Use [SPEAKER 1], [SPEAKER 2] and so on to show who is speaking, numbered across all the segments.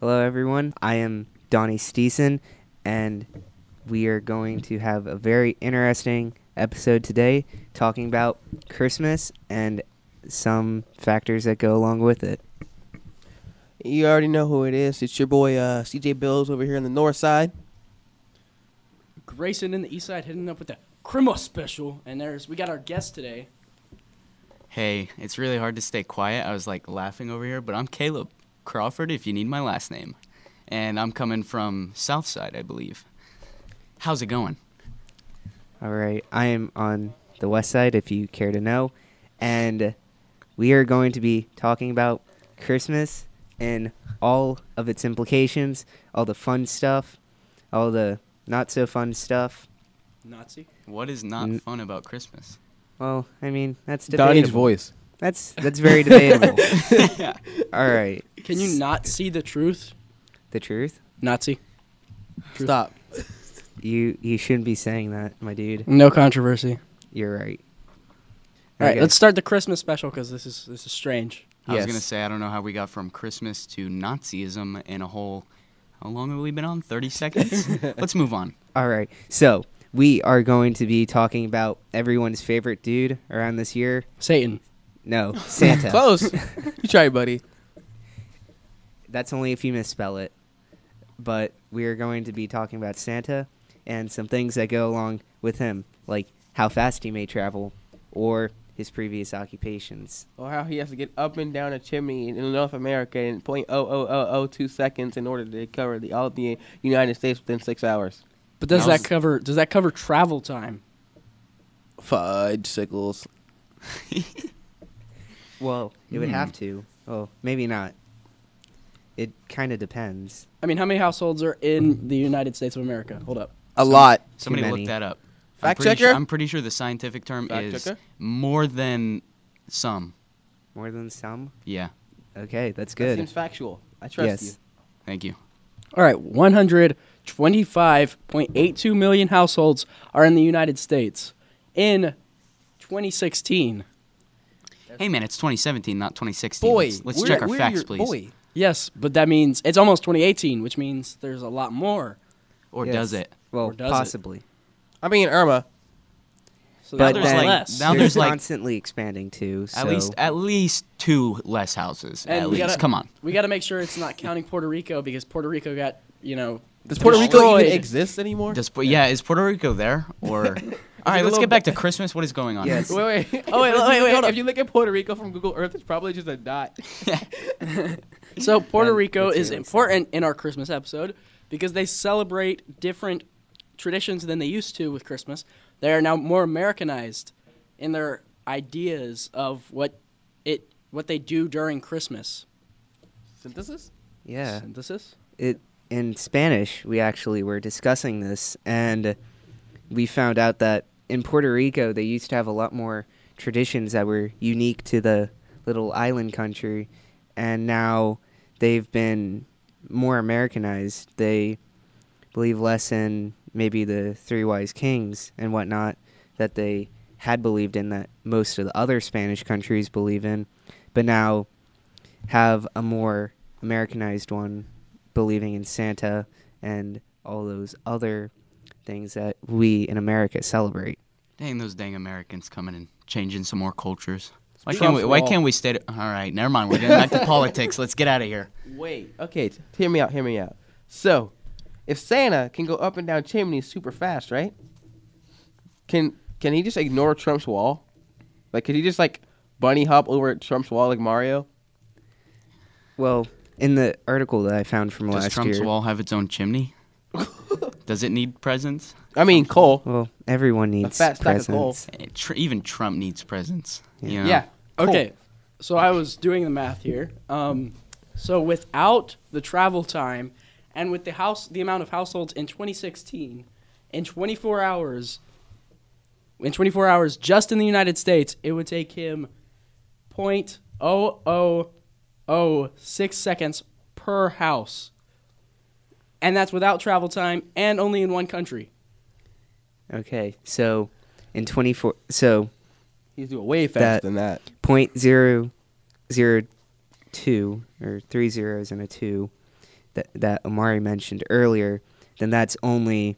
[SPEAKER 1] Hello, everyone. I am Donnie Steeson, and we are going to have a very interesting episode today talking about Christmas and some factors that go along with it.
[SPEAKER 2] You already know who it is. It's your boy uh, CJ Bills over here on the north side.
[SPEAKER 3] Grayson in the east side hitting up with that Crimo special. And there's we got our guest today.
[SPEAKER 4] Hey, it's really hard to stay quiet. I was like laughing over here, but I'm Caleb Crawford if you need my last name. And I'm coming from Southside, I believe. How's it going?
[SPEAKER 1] All right, I am on the west side if you care to know, and we are going to be talking about Christmas and all of its implications, all the fun stuff, all the not so fun stuff.
[SPEAKER 3] Nazi.
[SPEAKER 4] What is not
[SPEAKER 1] Mm.
[SPEAKER 4] fun about Christmas?
[SPEAKER 1] Well, I mean, that's debatable.
[SPEAKER 5] Donnie's voice.
[SPEAKER 1] That's that's very debatable. All right,
[SPEAKER 3] Can you not see the truth?
[SPEAKER 1] the truth.
[SPEAKER 3] Nazi. Truth.
[SPEAKER 2] Stop.
[SPEAKER 1] You you shouldn't be saying that, my dude.
[SPEAKER 3] No controversy.
[SPEAKER 1] You're right.
[SPEAKER 3] All right,
[SPEAKER 1] Okay.
[SPEAKER 3] let's start the Christmas special because this is this is strange.
[SPEAKER 4] I was
[SPEAKER 1] Yes.
[SPEAKER 4] going to say, I don't know how we got from Christmas to Nazism in a whole. How long have we been on? 30 seconds? Let's move on.
[SPEAKER 1] All right. So we are going to be talking about everyone's favorite dude around this year.
[SPEAKER 3] Satan.
[SPEAKER 1] No, Santa.
[SPEAKER 2] Close. you try, buddy.
[SPEAKER 1] That's only if you misspell it. But we are going to be talking about Santa and some things that go along with him, like how fast he may travel or his previous occupations.
[SPEAKER 2] Or how he has to get up and down a chimney in North America in point oh oh oh oh two seconds in order to cover the all of the United States within six hours.
[SPEAKER 3] But does
[SPEAKER 4] Now's-
[SPEAKER 3] that cover does that cover travel time?
[SPEAKER 2] Fudge sickles.
[SPEAKER 1] Well, it would
[SPEAKER 4] Hmm.
[SPEAKER 1] have to. Well, maybe not. It kind of depends.
[SPEAKER 3] I mean, how many households are in the United States of America? Hold up.
[SPEAKER 2] A lot.
[SPEAKER 4] Somebody
[SPEAKER 1] many.
[SPEAKER 4] look that up.
[SPEAKER 2] Fact
[SPEAKER 4] I'm pretty
[SPEAKER 2] checker?
[SPEAKER 4] Sure, I'm pretty sure the scientific term
[SPEAKER 2] Fact
[SPEAKER 4] is
[SPEAKER 2] checker?
[SPEAKER 4] more than some.
[SPEAKER 1] More than some?
[SPEAKER 4] Yeah,
[SPEAKER 1] Okay, that's
[SPEAKER 2] That
[SPEAKER 1] good.
[SPEAKER 2] seems factual. I trust
[SPEAKER 1] Yes.
[SPEAKER 2] you.
[SPEAKER 4] thank you.
[SPEAKER 3] All right, 125.82 million households are in the United States in 2016.
[SPEAKER 4] Hey man, it's 2017, not 2016. let's let's check our facts, please.
[SPEAKER 3] Yes, but that means it's almost 2018, which means there's a lot more.
[SPEAKER 4] Or
[SPEAKER 1] Yes.
[SPEAKER 4] does it?
[SPEAKER 1] Well,
[SPEAKER 3] Or does it?
[SPEAKER 1] possibly.
[SPEAKER 2] I mean Irma.
[SPEAKER 3] So
[SPEAKER 1] But
[SPEAKER 3] there's
[SPEAKER 4] then-
[SPEAKER 3] less.
[SPEAKER 4] now
[SPEAKER 1] They're
[SPEAKER 4] there's like-
[SPEAKER 1] constantly expanding too. So
[SPEAKER 4] At least, at least two less houses.
[SPEAKER 3] And
[SPEAKER 4] at
[SPEAKER 3] we
[SPEAKER 4] least,
[SPEAKER 3] gotta-
[SPEAKER 4] come on.
[SPEAKER 3] we got to make sure it's not counting Puerto Rico because Puerto Rico got, you know,
[SPEAKER 2] Does Puerto Rico
[SPEAKER 3] destroyed.
[SPEAKER 2] even exist anymore?
[SPEAKER 4] Does Pu- yeah. is Puerto Rico there or? All right, let's
[SPEAKER 2] little
[SPEAKER 4] get back to Christmas. What is going on?
[SPEAKER 1] Yes.
[SPEAKER 2] wait, wait.
[SPEAKER 3] Oh, wait,
[SPEAKER 2] If you
[SPEAKER 3] wait,
[SPEAKER 2] look
[SPEAKER 3] wait,
[SPEAKER 2] at-
[SPEAKER 3] hold up.
[SPEAKER 2] If you look at Puerto Rico from Google Earth, it's probably just a dot.
[SPEAKER 3] So Puerto
[SPEAKER 1] And
[SPEAKER 3] Rico
[SPEAKER 1] that's
[SPEAKER 3] is
[SPEAKER 1] really
[SPEAKER 3] important in our Christmas episode because they celebrate different traditions than they used to with Christmas. They are now more Americanized in their ideas of what it what they do during Christmas.
[SPEAKER 2] Synthesis?
[SPEAKER 1] yeah.
[SPEAKER 3] Synthesis?
[SPEAKER 1] It in Spanish, we actually were discussing this, and we found out that in Puerto Rico they used to have a lot more traditions that were unique to the little island country, and now they've been more Americanized. They believe less in maybe the three wise kings and whatnot that they had believed in that most of the other Spanish countries believe in, but now have a more Americanized one, believing in Santa and all those other things that we in America celebrate.
[SPEAKER 4] Dang those dang Americans coming and changing some more cultures. Why
[SPEAKER 2] Speaking
[SPEAKER 4] can't we?
[SPEAKER 2] of
[SPEAKER 4] Why
[SPEAKER 2] wall.
[SPEAKER 4] can't we stay? To, all right, never mind. We're getting back to politics. Let's get out of here.
[SPEAKER 2] Wait. Okay, t- hear me out, hear me out. So, if Santa can go up and down chimneys super fast, right? Can can he just ignore Trump's wall? Like could he just like bunny hop over Trump's wall like Mario?
[SPEAKER 1] Well, in the article that I found from
[SPEAKER 4] Does
[SPEAKER 1] last
[SPEAKER 4] Trump's
[SPEAKER 1] year,
[SPEAKER 4] wall have its own chimney? Does it need presents?
[SPEAKER 2] I mean coal.
[SPEAKER 1] well, everyone needs
[SPEAKER 2] fat stack of coal.
[SPEAKER 1] presents.
[SPEAKER 4] Eh, tr- even Trump needs presents. you know?
[SPEAKER 2] Yeah. coal.
[SPEAKER 3] Okay. So I was doing the math here. Um, so without the travel time and with the house the amount of households in 2016 in 24 hours in 24 hours just in the United States, it would take him 0.0006 seconds per house. And that's without travel time and only in one country.
[SPEAKER 1] Okay, so in 24, so
[SPEAKER 2] He's doing way faster
[SPEAKER 1] That-
[SPEAKER 2] than that.
[SPEAKER 1] point zero zero two or three zeros and a two that that Amari mentioned earlier, then that's only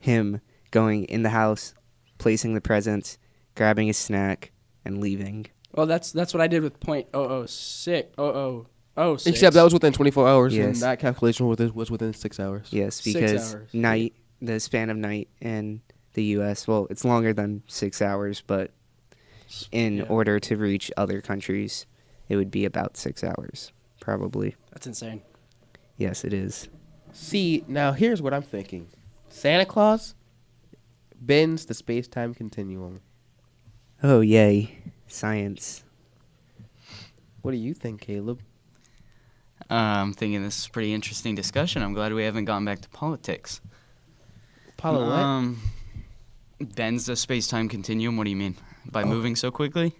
[SPEAKER 1] him going in the house, placing the presents, grabbing a snack, and leaving.
[SPEAKER 3] Well, that's that's what I did with point oh oh six oh oh oh six.
[SPEAKER 2] Except that was within 24 hours,
[SPEAKER 1] Yes.
[SPEAKER 2] and that calculation was was within six hours.
[SPEAKER 1] Yes,
[SPEAKER 3] Six
[SPEAKER 1] because
[SPEAKER 3] hours.
[SPEAKER 1] night, the span of night in the U.S. Well, it's longer than six hours, but in
[SPEAKER 3] Yeah.
[SPEAKER 1] order to reach other countries, it would be about six hours, probably.
[SPEAKER 3] that's insane.
[SPEAKER 1] Yes, it is.
[SPEAKER 2] See, now here's what I'm thinking. Santa Claus bends the space-time continuum.
[SPEAKER 1] Oh yay, science!
[SPEAKER 2] What do you think, Caleb?
[SPEAKER 4] Uh, I'm thinking this is a pretty interesting discussion. I'm glad we haven't gone back to politics.
[SPEAKER 2] Apollo, what?
[SPEAKER 4] Um, bends the space-time continuum. What do you mean
[SPEAKER 2] Oh.
[SPEAKER 4] by moving so quickly?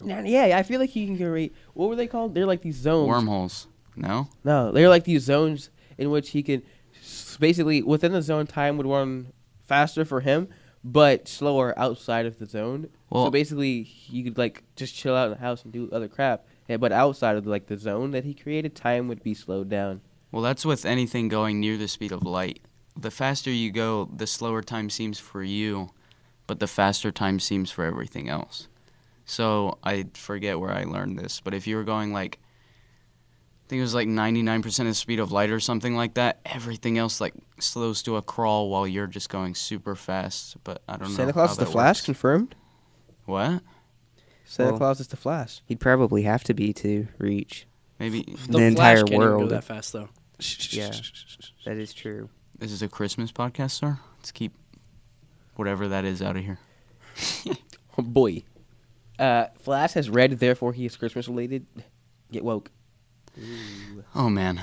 [SPEAKER 2] Nah, yeah, I feel like he can create. What were they called? They're like these zones.
[SPEAKER 4] Wormholes. No.
[SPEAKER 2] No, they're like these zones in which he could s- basically within the zone time would run faster for him, but slower outside of the zone. so
[SPEAKER 4] Well-
[SPEAKER 2] basically, you could like just chill out in the house and do other crap. Yeah, but outside of like the zone that he created, time would be slowed down.
[SPEAKER 4] Well, that's with anything going near the speed of light. The faster you go, the slower time seems for you, but the faster time seems for everything else. So I forget where I learned this, but if you were going like, I think it was like 99% of the speed of light or something like that, everything else like slows to a crawl while you're just going super fast. But I don't know.
[SPEAKER 2] Santa Claus
[SPEAKER 4] how
[SPEAKER 2] is the
[SPEAKER 4] that
[SPEAKER 2] Flash
[SPEAKER 4] works.
[SPEAKER 2] confirmed.
[SPEAKER 4] What?
[SPEAKER 2] Santa
[SPEAKER 1] Well-
[SPEAKER 2] Claus is the Flash.
[SPEAKER 1] He'd probably have to be to reach.
[SPEAKER 4] Maybe
[SPEAKER 1] The entire
[SPEAKER 3] Flash can't even
[SPEAKER 1] world.
[SPEAKER 3] go that fast though.
[SPEAKER 1] Yeah, that is true.
[SPEAKER 4] this is a Christmas podcast, sir? Let's keep whatever that is out of here.
[SPEAKER 2] Boy, uh, Flash has red, therefore he is Christmas related. Get woke.
[SPEAKER 4] Oh, man.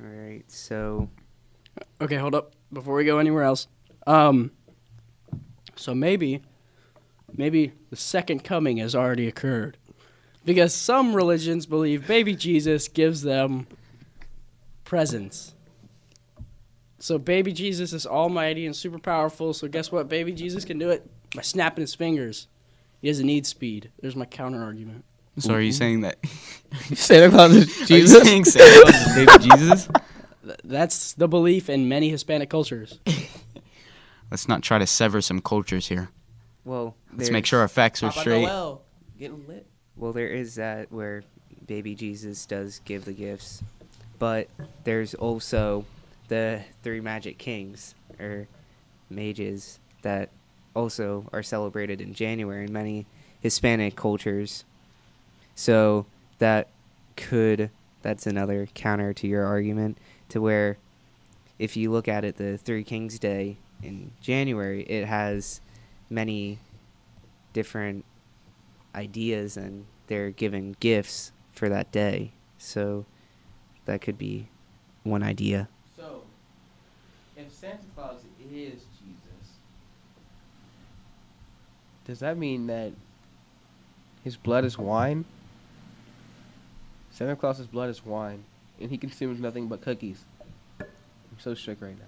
[SPEAKER 1] All right, so
[SPEAKER 3] Okay, hold up. Before we go anywhere else, um, so maybe, maybe the second coming has already occurred, because some religions believe baby Jesus gives them presents. So baby Jesus is almighty and super powerful. So guess what? Baby Jesus can do it by snapping his fingers. He doesn't need speed. There's my counter argument.
[SPEAKER 4] So are you saying that
[SPEAKER 2] Santa Claus is
[SPEAKER 4] Are you
[SPEAKER 2] Jesus.
[SPEAKER 4] saying Santa Claus is baby Jesus?
[SPEAKER 3] Th- that's the belief in many Hispanic cultures.
[SPEAKER 4] Let's not try to sever some cultures here.
[SPEAKER 1] well,
[SPEAKER 4] Let's make sure our facts are
[SPEAKER 2] Papa
[SPEAKER 4] straight.
[SPEAKER 2] Noel, getting lit.
[SPEAKER 1] Well, there is that where baby Jesus does give the gifts, but there's also the three magic kings or mages that also are celebrated in January in many Hispanic cultures. So that could that's another counter to your argument to where if you look at it the Three Kings Day in January, it has many different ideas and they're given gifts for that day. So that could be one idea.
[SPEAKER 2] So, if Santa Claus is Jesus, does that mean that his blood is wine? Santa Claus's blood is wine, and he consumes nothing but cookies. I'm so shook right now.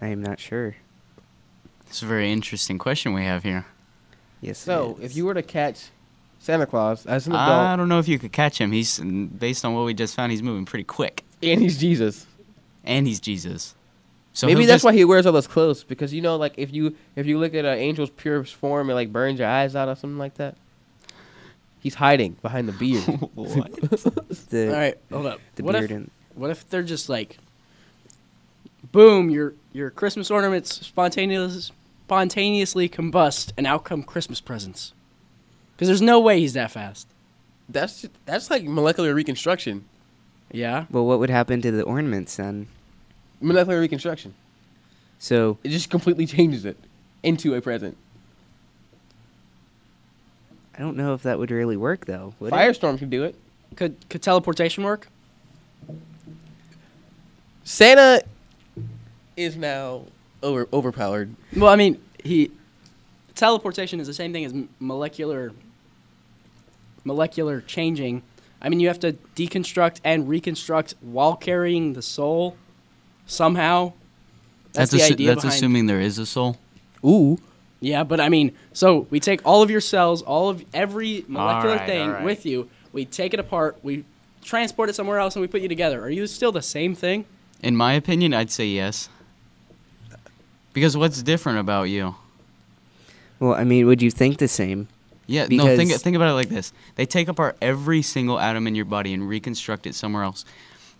[SPEAKER 1] I am not sure.
[SPEAKER 4] It's a very interesting question we have here.
[SPEAKER 1] Yes. it
[SPEAKER 2] So, if
[SPEAKER 1] is.
[SPEAKER 2] you were to catch Santa Claus as an adult,
[SPEAKER 4] I don't know if you could catch him. He's based on what we just found. He's moving pretty quick,
[SPEAKER 2] and he's Jesus,
[SPEAKER 4] and he's Jesus. So
[SPEAKER 2] maybe
[SPEAKER 4] he'll
[SPEAKER 2] that's
[SPEAKER 4] just-
[SPEAKER 2] why he wears all those clothes because you know, like if you if you look at an angel's pure form, it like burns your eyes out or something like that. He's hiding behind the beard.
[SPEAKER 4] What?
[SPEAKER 1] the
[SPEAKER 3] All right, hold up.
[SPEAKER 1] the
[SPEAKER 3] What if-
[SPEAKER 1] beard and
[SPEAKER 3] What if they're just like, boom, your your Christmas ornaments spontaneous, spontaneously combust, and out come Christmas presents? Because there's no way he's that fast.
[SPEAKER 2] That's ju- that's like molecular reconstruction.
[SPEAKER 3] Yeah.
[SPEAKER 1] well, what would happen to the ornaments then?
[SPEAKER 2] Molecular reconstruction.
[SPEAKER 1] So
[SPEAKER 2] It just completely changes it into a present.
[SPEAKER 1] I don't know if that would really work though. Would it?
[SPEAKER 2] Firestorm can do it.
[SPEAKER 3] Could could teleportation work?
[SPEAKER 2] Santa is now over overpowered.
[SPEAKER 3] Well, I mean, he teleportation is the same thing as m- molecular molecular changing. I mean, you have to deconstruct and reconstruct while carrying the soul somehow. That's, the
[SPEAKER 4] assu-
[SPEAKER 3] idea
[SPEAKER 4] that's
[SPEAKER 3] behind
[SPEAKER 4] assuming there is a soul.
[SPEAKER 2] Ooh.
[SPEAKER 3] Yeah, but I mean, so we take all of your cells, all of every molecular
[SPEAKER 4] right,
[SPEAKER 3] thing
[SPEAKER 4] all right.
[SPEAKER 3] with you. we take it apart, we transport it somewhere else, and we put you together. Are you still the same thing?
[SPEAKER 4] In my opinion, I'd say yes. Because what's different about you?
[SPEAKER 1] Well, I mean, would you think the same?
[SPEAKER 4] Yeah, no, think,
[SPEAKER 1] Because-
[SPEAKER 4] think about it like this. They take apart every single atom in your body and reconstruct it somewhere else.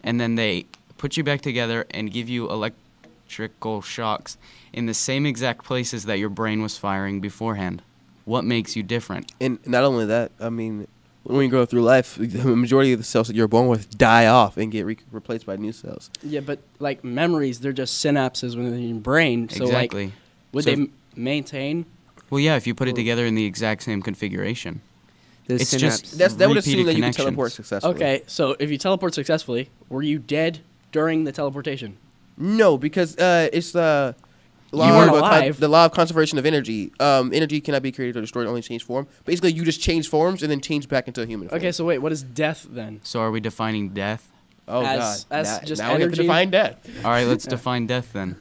[SPEAKER 4] And then they put you back together and give you electrical shocks in the same exact places that your brain was firing beforehand. What makes you different?
[SPEAKER 2] And not only that, I mean, when you go through life, the majority of the cells that you're born with die off and get re- replaced by new cells.
[SPEAKER 3] Yeah, but like memories, they're just synapses within your brain. So
[SPEAKER 4] exactly.
[SPEAKER 3] like, would
[SPEAKER 4] So
[SPEAKER 3] they
[SPEAKER 4] if-
[SPEAKER 3] m- maintain?
[SPEAKER 4] well, yeah, if you put it together in the exact same configuration.
[SPEAKER 1] Those
[SPEAKER 4] It's
[SPEAKER 1] synapses.
[SPEAKER 4] just-
[SPEAKER 2] That's that would
[SPEAKER 4] Repeated
[SPEAKER 2] assume that you can
[SPEAKER 4] connections.
[SPEAKER 2] teleport successfully.
[SPEAKER 3] Okay, so if you teleport successfully, were you dead during the teleportation?
[SPEAKER 2] No, because uh, it's the law
[SPEAKER 3] You weren't
[SPEAKER 2] of,
[SPEAKER 3] alive.
[SPEAKER 2] the law of conservation of energy. Um, energy cannot be created or destroyed; only change form. Basically, you just change forms and then change back into a human. Form.
[SPEAKER 3] Okay, so wait, what is death then?
[SPEAKER 4] So are we defining death?
[SPEAKER 2] oh
[SPEAKER 3] as-
[SPEAKER 2] god,
[SPEAKER 3] as
[SPEAKER 2] now,
[SPEAKER 3] just
[SPEAKER 2] now we have to
[SPEAKER 3] energy?
[SPEAKER 2] define death.
[SPEAKER 4] All right, let's define death then.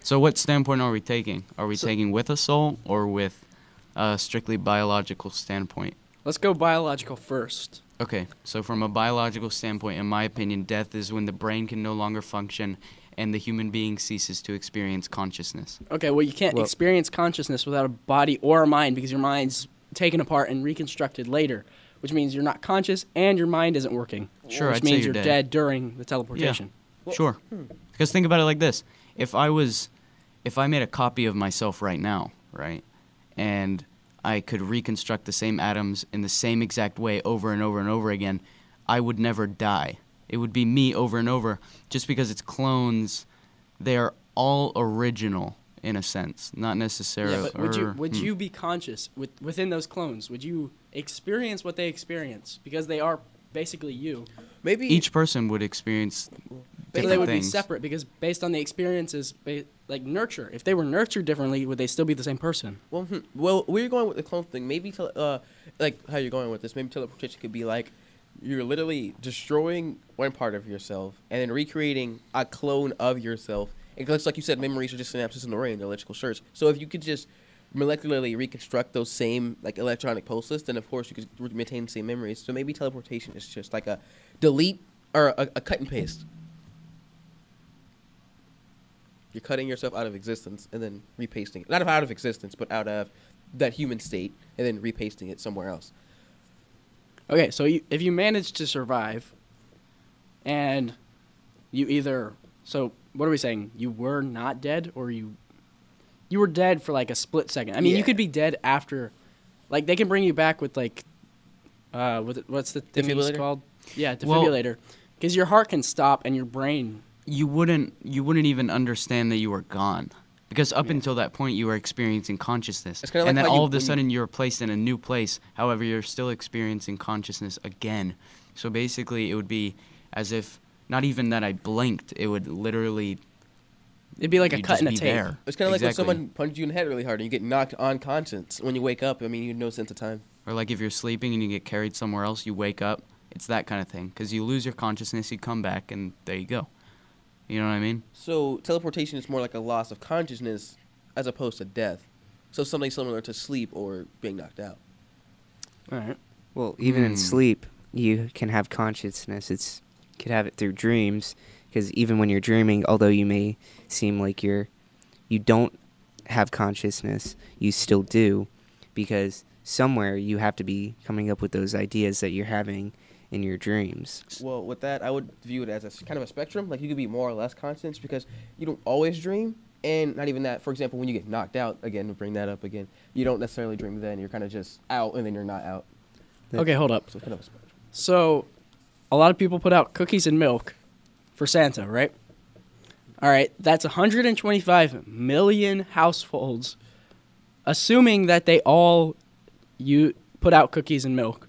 [SPEAKER 4] So, what standpoint are we taking? Are we taking with a soul or with a strictly biological standpoint?
[SPEAKER 3] Let's go biological first.
[SPEAKER 4] Okay, so from a biological standpoint, in my opinion, death is when the brain can no longer function and the human being ceases to experience consciousness.
[SPEAKER 3] Okay, well you can't
[SPEAKER 2] Well-
[SPEAKER 3] experience consciousness without a body or a mind because your mind's taken apart and reconstructed later, which means you're not conscious and your mind isn't working.
[SPEAKER 4] Sure,
[SPEAKER 3] which
[SPEAKER 4] I'd say
[SPEAKER 3] means
[SPEAKER 4] you're
[SPEAKER 3] dead.
[SPEAKER 4] dead.
[SPEAKER 3] during the teleportation.
[SPEAKER 4] sure. Because think about it like this: if I was, if I made a copy of myself right now, right, and I could reconstruct the same atoms in the same exact way over and over and over again, I would never die. It would be me over and over, just because it's clones. They are all original in a sense, not necessarily.
[SPEAKER 3] Yeah, but would you
[SPEAKER 4] or-
[SPEAKER 3] would
[SPEAKER 4] hmm.
[SPEAKER 3] you be conscious with, within those clones? Would you experience what they experience because they are basically you?
[SPEAKER 2] Maybe
[SPEAKER 4] Each person would experience
[SPEAKER 3] So
[SPEAKER 4] different
[SPEAKER 3] they would
[SPEAKER 4] things.
[SPEAKER 3] be separate because based on the experiences, ba- like nurture. If they were nurtured differently, would they still be the same person?
[SPEAKER 2] Well, hmm, well, we're going with the clone thing. Maybe, tele- uh, like how you're going with this. Maybe teleportation could be like you're literally destroying one part of yourself and then recreating a clone of yourself. It looks like you said memories are just synapses in the brain, the electrical shirts. So if you could just molecularly reconstruct those same like electronic pulses, then of course you could re- maintain the same memories. So maybe teleportation is just like a delete or a, a cut and paste. You're cutting yourself out of existence and then repasting it. Not out of existence, but out of that human state and then repasting it somewhere else.
[SPEAKER 3] Okay, so you, if you manage to survive, and you either so what are we saying? You were not dead, or you you were dead for like a split second. I mean, you
[SPEAKER 2] Yeah.
[SPEAKER 3] could be dead after, like they can bring you back with like, uh, with what's the thing it's
[SPEAKER 2] Defibrillator?
[SPEAKER 3] called? Yeah,
[SPEAKER 4] Well-
[SPEAKER 3] defibrillator, because your heart can stop and your brain.
[SPEAKER 4] you wouldn't you wouldn't even understand that you were gone because up until that point you were experiencing consciousness
[SPEAKER 2] It's kinda
[SPEAKER 4] and
[SPEAKER 2] like
[SPEAKER 4] then
[SPEAKER 2] how you-
[SPEAKER 4] all of a
[SPEAKER 2] when you-
[SPEAKER 4] sudden you, are placed in a new place however you're still experiencing consciousness again so basically it would be as if not even that i blinked it would literally
[SPEAKER 3] It'd be like a
[SPEAKER 4] you'd
[SPEAKER 3] cut
[SPEAKER 4] just
[SPEAKER 3] in a
[SPEAKER 4] be
[SPEAKER 3] tape.
[SPEAKER 4] there.
[SPEAKER 2] It's kind of
[SPEAKER 4] Exactly.
[SPEAKER 2] like when someone punches you in the head really hard and you get knocked unconscious. When you wake up, I mean, you have no sense of time.
[SPEAKER 4] or like if you're sleeping and you get carried somewhere else you wake up it's that kind of thing because you lose your consciousness you come back and there you go you know what i mean
[SPEAKER 2] So teleportation is more like a loss of consciousness as opposed to death. So something similar to sleep or being knocked out.
[SPEAKER 3] All right.
[SPEAKER 1] Well, even
[SPEAKER 4] Hmm.
[SPEAKER 1] in sleep, you can have consciousness. It's you could have it through dreams because even when you're dreaming, although you may seem like you're you don't have consciousness, you still do because somewhere you have to be coming up with those ideas that you're having in your dreams.
[SPEAKER 2] Well, with that, I would view it as a s- kind of a spectrum. Like you could be more or less conscious because you don't always dream, and not even that. For example, when you get knocked out again, we bring that up again. You don't necessarily dream then. You're kind of just out, and then you're not out.
[SPEAKER 1] That-
[SPEAKER 3] Okay, hold up.
[SPEAKER 2] So it's kind of a spectrum.
[SPEAKER 3] So, a lot of people put out cookies and milk for Santa, right? All right, that's 125 million households, assuming that they all you put out cookies and milk.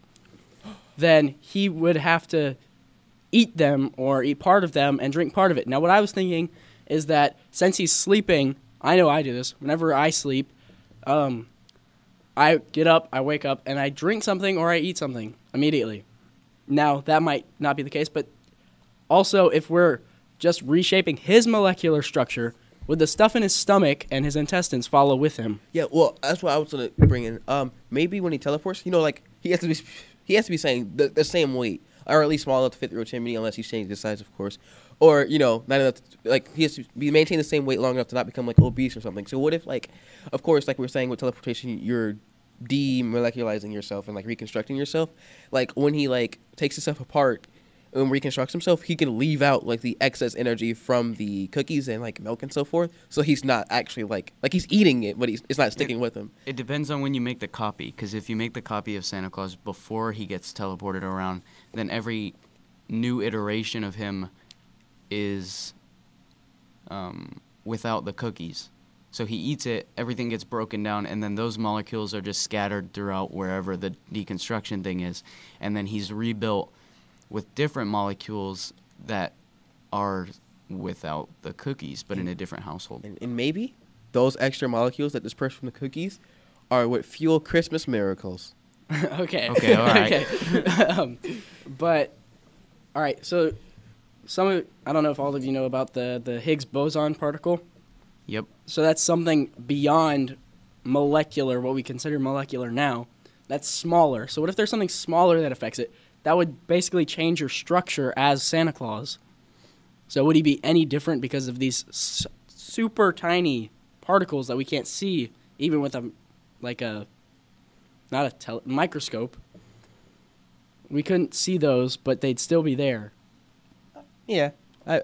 [SPEAKER 3] Then he would have to eat them or eat part of them and drink part of it. Now, what I was thinking is that since he's sleeping, I know I do this. Whenever I sleep, um, I get up, I wake up, and I drink something or I eat something immediately. Now, that might not be the case, but also if we're just reshaping his molecular structure, would the stuff in his stomach and his intestines follow with him?
[SPEAKER 2] Yeah, well, that's what I was gonna bring in. Um, maybe when he teleports, you know, like he has to be, He has to be saying the, the same weight, or at least small enough to fit through a chimney, unless he's changed his size, of course. Or you know, not enough. To, like he has to be maintain the same weight long enough to not become like obese or something. So what if like, of course, like we are saying with teleportation, you're demolecularizing yourself and like reconstructing yourself. Like when he like takes himself apart and reconstructs himself, he can leave out like the excess energy from the cookies and like milk and so forth. So he's not actually like like he's eating it, but he's it's not sticking with him.
[SPEAKER 4] It depends on when you make the copy, because if you make the copy of Santa Claus before he gets teleported around, then every new iteration of him is um, without the cookies. So he eats it, everything gets broken down, and then those molecules are just scattered throughout wherever the deconstruction thing is. And then he's rebuilt with different molecules that are without the cookies, but in a different household.
[SPEAKER 2] And, and maybe those extra molecules that disperse from the cookies are what fuel Christmas miracles.
[SPEAKER 3] okay.
[SPEAKER 4] Okay, all right.
[SPEAKER 3] okay. um, but all right. So some of I don't know if all of you know about the the Higgs boson particle.
[SPEAKER 4] Yep.
[SPEAKER 3] So that's something beyond molecular, what we consider molecular now. That's smaller. So what if there's something smaller that affects it? That would basically change your structure as Santa Claus. So would he be any different because of these s- super tiny particles that we can't see even with a like a not a tele- microscope? We couldn't see those, but they'd still be there.
[SPEAKER 2] Yeah, I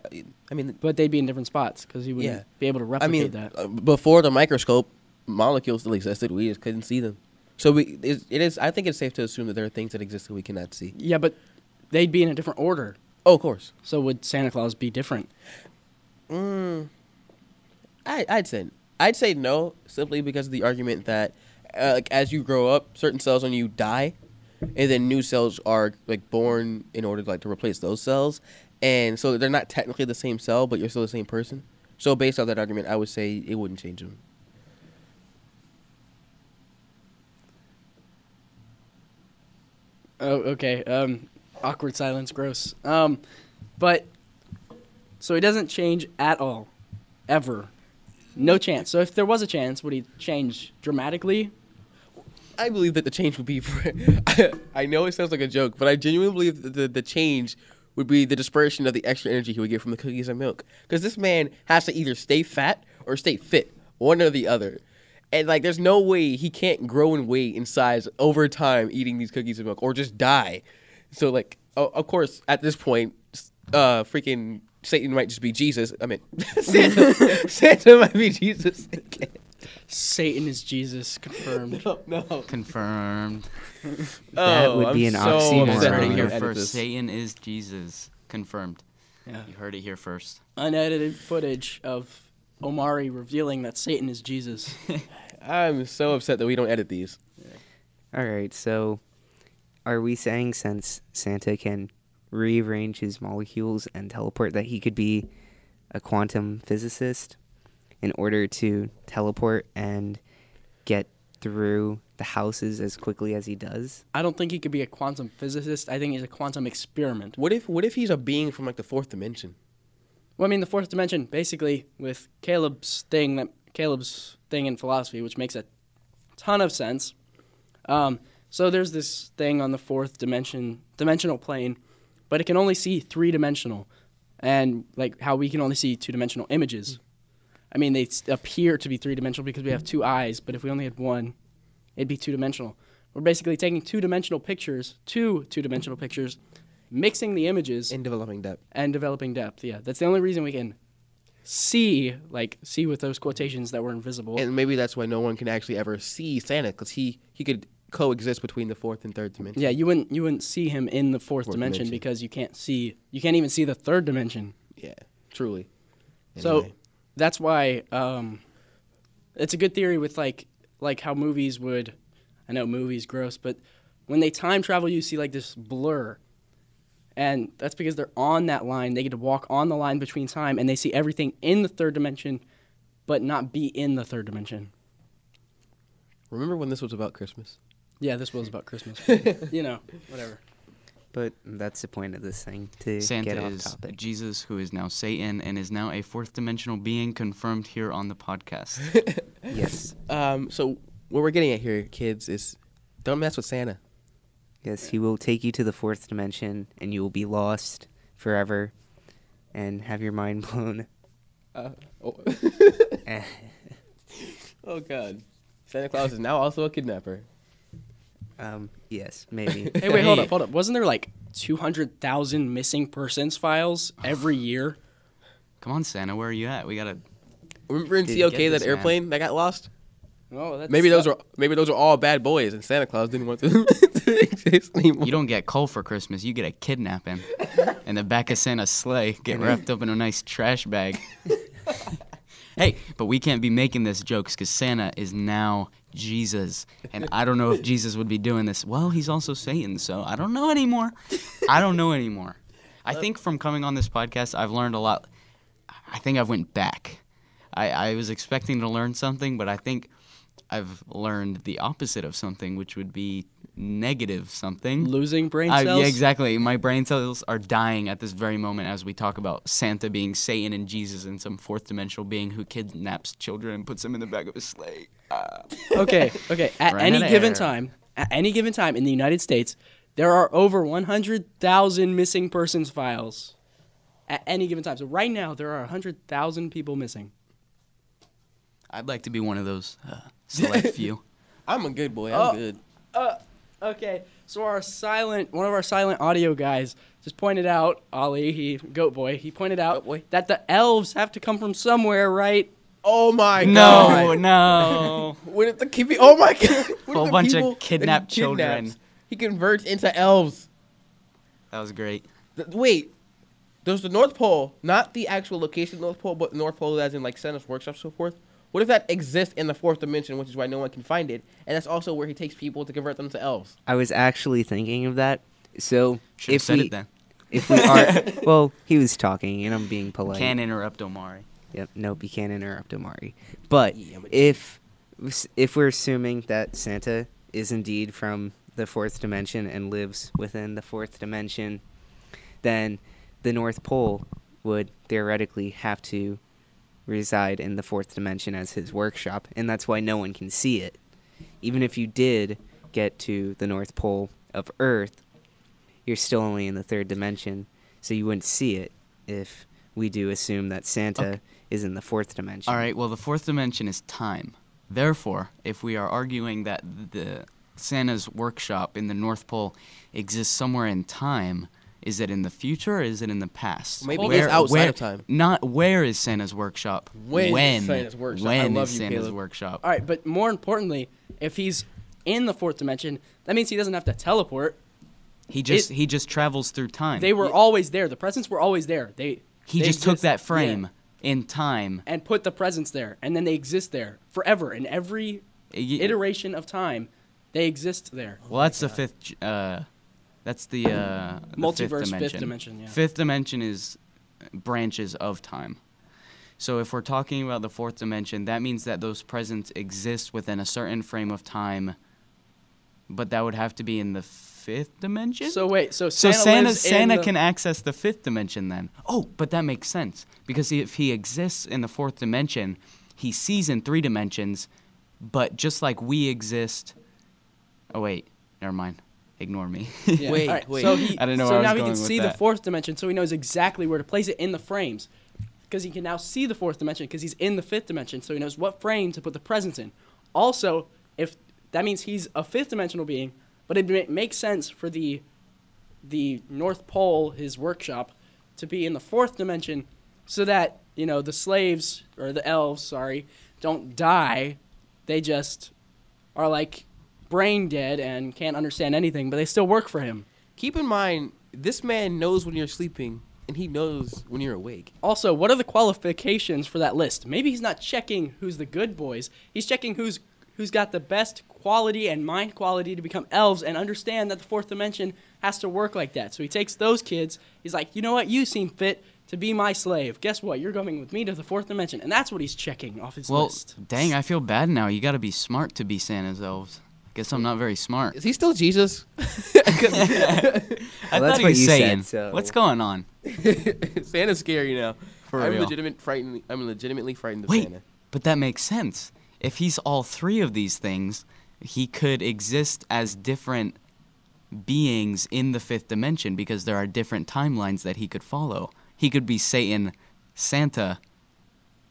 [SPEAKER 2] I mean
[SPEAKER 3] But they'd be in different spots because you wouldn't
[SPEAKER 2] Yeah.
[SPEAKER 3] be able to
[SPEAKER 2] I
[SPEAKER 3] replicate
[SPEAKER 2] mean
[SPEAKER 3] that.
[SPEAKER 2] uh, before the microscope, molecules still existed. We just couldn't see them. So we it it is. I think it's safe to assume that there are things that exist that we cannot see.
[SPEAKER 3] Yeah, but they'd be in a different order.
[SPEAKER 2] Oh, of course.
[SPEAKER 3] So would Santa Claus be different?
[SPEAKER 2] Mm, I I'd say I'd say no simply because of the argument that uh, like as you grow up, certain cells on you die, and then new cells are like born in order to, like to replace those cells, and so they're not technically the same cell, but you're still the same person. So based off that argument, I would say it wouldn't change them.
[SPEAKER 3] Oh, okay. Um, awkward silence. Gross. Um, but so he doesn't change at all, ever. No chance. So if there was a chance, would he change dramatically?
[SPEAKER 2] I believe that the change would be. For, I know it sounds like a joke, but I genuinely believe that the, the change would be the dispersion of the extra energy he would get from the cookies and milk. Because this man has to either stay fat or stay fit, one or the other. And like, there's no way he can't grow in weight and size over time eating these cookies and milk, or just die. So like, o of course, at this point, s- uh, freaking Satan might just be Jesus. I mean, Santa, Santa might be Jesus.
[SPEAKER 3] Satan is Jesus confirmed.
[SPEAKER 2] no, no.
[SPEAKER 4] Confirmed.
[SPEAKER 1] That
[SPEAKER 2] Oh,
[SPEAKER 1] would be
[SPEAKER 2] I'm
[SPEAKER 1] an
[SPEAKER 2] so
[SPEAKER 1] oxymoron.
[SPEAKER 2] upset that
[SPEAKER 1] Heard
[SPEAKER 4] Heard
[SPEAKER 1] it
[SPEAKER 4] it
[SPEAKER 1] here
[SPEAKER 2] we
[SPEAKER 4] here
[SPEAKER 2] can't edit
[SPEAKER 4] first.
[SPEAKER 2] this.
[SPEAKER 4] Satan is Jesus. Confirmed.
[SPEAKER 3] Yeah.
[SPEAKER 4] You heard it here first.
[SPEAKER 3] Unedited footage of Omari revealing that Satan is Jesus.
[SPEAKER 2] I'm so upset that we don't edit these.
[SPEAKER 1] All right, so are we saying since Santa can rearrange his molecules and teleport that he could be a quantum physicist in order to teleport and get through the houses as quickly as he does?
[SPEAKER 3] I don't think he could be a quantum physicist. I think he's a quantum experiment.
[SPEAKER 2] What if what if he's a being from like the fourth dimension?
[SPEAKER 3] Well, I mean, the fourth dimension, basically, with Caleb's thing that Caleb's thing in philosophy, which makes a ton of sense. Um, so there's this thing on the fourth dimension, dimensional plane, but it can only see three dimensional, and like how we can only see two dimensional images. I mean, they s- appear to be three dimensional because we have two eyes, but if we only had one, it'd be two dimensional. We're basically taking two dimensional pictures, two two dimensional pictures, mixing the images
[SPEAKER 2] In developing that.
[SPEAKER 3] and developing depth. Yeah, that's the only reason we can see, like, see with those quotations that were invisible.
[SPEAKER 2] And maybe that's why no one can actually ever see Santa because he he could coexist between the fourth and third dimension.
[SPEAKER 3] yeah, you wouldn't you wouldn't see him in the fourth,
[SPEAKER 2] Fourth
[SPEAKER 3] dimension,
[SPEAKER 2] dimension.
[SPEAKER 3] because you can't see you can't even see the third dimension.
[SPEAKER 2] Yeah, truly.
[SPEAKER 3] So
[SPEAKER 2] Anyway.
[SPEAKER 3] that's why um, it's a good theory with like like how movies would. I know movies gross, but when they time travel, you see like this blur. And that's because they're on that line. They get to walk on the line between time and they see everything in the third dimension, but not be in the third dimension.
[SPEAKER 2] remember when this was about Christmas?
[SPEAKER 3] Yeah, this was about Christmas. but, you know, whatever.
[SPEAKER 1] But that's the point of this thing to get
[SPEAKER 4] Santa
[SPEAKER 1] off
[SPEAKER 4] is
[SPEAKER 1] topic.
[SPEAKER 4] Jesus, who is now Satan, and is now a fourth dimensional being confirmed here on the podcast.
[SPEAKER 1] yes.
[SPEAKER 2] Um, so what we're getting at here, kids, is don't mess with Santa.
[SPEAKER 1] Yes, he will take you to the fourth dimension, and you will be lost forever, and have your mind blown.
[SPEAKER 2] Uh, oh.
[SPEAKER 1] Eh.
[SPEAKER 2] oh God, Santa Claus is now also a kidnapper.
[SPEAKER 1] um, yes, maybe.
[SPEAKER 3] Hey, wait, hold
[SPEAKER 4] Hey.
[SPEAKER 3] up, hold up. Wasn't there like 200,000 missing persons files every year?
[SPEAKER 4] Come on, Santa, where are you at? We gotta.
[SPEAKER 2] Remember in
[SPEAKER 4] Dude,
[SPEAKER 2] TOK
[SPEAKER 4] get
[SPEAKER 2] that
[SPEAKER 4] this, man.
[SPEAKER 2] airplane that got lost?
[SPEAKER 3] Oh, that's
[SPEAKER 2] Maybe those are maybe those are all bad boys, and Santa Claus didn't want them to exist anymore.
[SPEAKER 4] You don't get coal for Christmas. You get a kidnapping, and the back of Santa's sleigh get wrapped up in a nice trash bag. hey, but we can't be making this jokes because Santa is now Jesus, and I don't know if Jesus would be doing this. Well, he's also Satan, so I don't know anymore. I don't know anymore. I think from coming on this podcast, I've learned a lot. I think I went back. I, I was expecting to learn something, but I think I've learned the opposite of something, which would be negative something.
[SPEAKER 3] losing brain
[SPEAKER 4] I-
[SPEAKER 3] cells.
[SPEAKER 4] yeah, exactly. My brain cells are dying at this very moment as we talk about Santa being Satan and Jesus and some fourth dimensional being who kidnaps children and puts them in the back of a sleigh. Ah.
[SPEAKER 3] okay, okay. At
[SPEAKER 4] Ran
[SPEAKER 3] any
[SPEAKER 4] outta
[SPEAKER 3] given
[SPEAKER 4] air.
[SPEAKER 3] time, at any given time in the United States, there are over 100,000 missing persons files. At any given time. So right now, there are 100,000 people missing.
[SPEAKER 4] I'd like to be one of those uh, select few.
[SPEAKER 2] I'm a good boy. I'm
[SPEAKER 3] Oh.
[SPEAKER 2] good.
[SPEAKER 3] Okay, so our silent, one of our silent audio guys just pointed out, Ollie, he, Goat Boy, he pointed out that the elves have to come from somewhere, right?
[SPEAKER 2] Oh my
[SPEAKER 4] No, no.
[SPEAKER 2] What if the kid? Be, oh my god! What
[SPEAKER 4] Whole
[SPEAKER 2] if the
[SPEAKER 4] bunch of
[SPEAKER 2] people that he
[SPEAKER 4] kidnapped
[SPEAKER 2] kidnaps,
[SPEAKER 4] children.
[SPEAKER 2] He converts into elves.
[SPEAKER 4] That was great.
[SPEAKER 2] Th- wait, there's the North Pole, not the actual location of the North Pole, but North Pole as in like Santa's workshop, so forth. What if that exists in the fourth dimension, which is why no one can find it, and that's also where he takes people to convert them to elves?
[SPEAKER 1] I was actually thinking of that. So
[SPEAKER 4] Should have
[SPEAKER 1] if
[SPEAKER 4] said
[SPEAKER 1] we,
[SPEAKER 4] it then.
[SPEAKER 1] if we are, well, he was talking, and I'm being polite.
[SPEAKER 4] Can't interrupt Omari.
[SPEAKER 1] Yep. Nope. You can't interrupt Omari. But if if we're assuming that Santa is indeed from the fourth dimension and lives within the fourth dimension, then the North Pole would theoretically have to reside in the fourth dimension as his workshop, and that's why no one can see it. Even if you did get to the North Pole of Earth, you're still only in the third dimension, so you wouldn't see it if we do assume that Santa
[SPEAKER 4] Okay.
[SPEAKER 1] is in the fourth dimension.
[SPEAKER 4] All right. Well, the fourth dimension is time. Therefore, if we are arguing that the Santa's workshop in the North Pole exists somewhere in time, is it in the future or is it in the past?
[SPEAKER 2] Maybe it's outside
[SPEAKER 4] where-
[SPEAKER 2] of time.
[SPEAKER 4] Not where is Santa's workshop?
[SPEAKER 2] When is Santa's workshop? I
[SPEAKER 4] when
[SPEAKER 2] love
[SPEAKER 4] is
[SPEAKER 2] you,
[SPEAKER 4] Santa's
[SPEAKER 2] Caleb. Uh,
[SPEAKER 4] workshop?
[SPEAKER 3] All right, but more importantly, if he's in the fourth dimension, that means he doesn't have to teleport.
[SPEAKER 4] He just he just travels through time.
[SPEAKER 3] They were always there. The presents were always there. They
[SPEAKER 4] he
[SPEAKER 3] they
[SPEAKER 4] just took
[SPEAKER 3] exist-
[SPEAKER 4] that
[SPEAKER 3] yeah,
[SPEAKER 4] frame in time.
[SPEAKER 3] and put the presents there, and then they exist there forever. In every
[SPEAKER 4] Y-
[SPEAKER 3] iteration of time, they exist there.
[SPEAKER 4] Well, that's the fifth. j- Uh, that's the, uh, the
[SPEAKER 3] Multiverse, fifth
[SPEAKER 4] Fifth dimension.
[SPEAKER 3] dimension, yeah.
[SPEAKER 4] Fifth dimension is uh, branches of time. So if we're talking about the fourth dimension, that means that those presents exist within a certain frame of time. But that would have to be in the fifth dimension.
[SPEAKER 3] So wait, so
[SPEAKER 4] So
[SPEAKER 3] Santa
[SPEAKER 4] Santa Santa,
[SPEAKER 3] lives in the-
[SPEAKER 4] can access the fifth dimension then. Oh, but that makes sense because if he exists in the fourth dimension, he sees in three dimensions, but just like we exist. Oh wait, never mind. Ignore me.
[SPEAKER 3] Yeah.
[SPEAKER 2] Wait,
[SPEAKER 3] Alright,
[SPEAKER 2] wait.
[SPEAKER 3] So he,
[SPEAKER 4] I don't know
[SPEAKER 3] So
[SPEAKER 4] where I
[SPEAKER 3] now
[SPEAKER 4] was
[SPEAKER 3] he
[SPEAKER 4] going
[SPEAKER 3] can
[SPEAKER 4] with
[SPEAKER 3] see the
[SPEAKER 4] that.
[SPEAKER 3] fourth dimension, so he knows exactly where to place it in the frames, because he can now see the fourth dimension, because he's in the fifth dimension, so he knows what frame to put the presents in. Also, if that means he's a fifth dimensional being, but it ma- makes sense for the the North Pole, his workshop, to be in the fourth dimension, so that you know the slaves or the elves, sorry, don't die. They just are like brain dead and can't understand anything, but they still work for him.
[SPEAKER 2] Keep in mind, this man knows when you're sleeping, and he knows when you're awake.
[SPEAKER 3] Also, what are the qualifications for that list? Maybe he's not checking who's the good boys. He's checking who's who's got the best quality and mind quality to become elves and understand that the fourth dimension has to work like that. So he takes those kids. He's like, "You know what? You seem fit to be my slave. Guess what? You're coming with me to the fourth dimension." And that's what he's checking off his
[SPEAKER 4] well,
[SPEAKER 3] list.
[SPEAKER 4] dang, I feel bad now. You got to be smart to be Santa's elves. Guess I'm not very smart.
[SPEAKER 2] Is he still Jesus?
[SPEAKER 4] I
[SPEAKER 1] Well, that's
[SPEAKER 4] thought he
[SPEAKER 1] what
[SPEAKER 4] was
[SPEAKER 1] you said,
[SPEAKER 4] saying.
[SPEAKER 1] so-
[SPEAKER 4] What's going on?
[SPEAKER 2] Santa's scary now.
[SPEAKER 4] For
[SPEAKER 2] I'm
[SPEAKER 4] real.
[SPEAKER 2] legitimate frightened. I'm legitimately frightened of
[SPEAKER 4] Wait,
[SPEAKER 2] Santa.
[SPEAKER 4] but that makes sense. If he's all three of these things, he could exist as different beings in the fifth dimension because there are different timelines that he could follow. He could be Satan, Santa,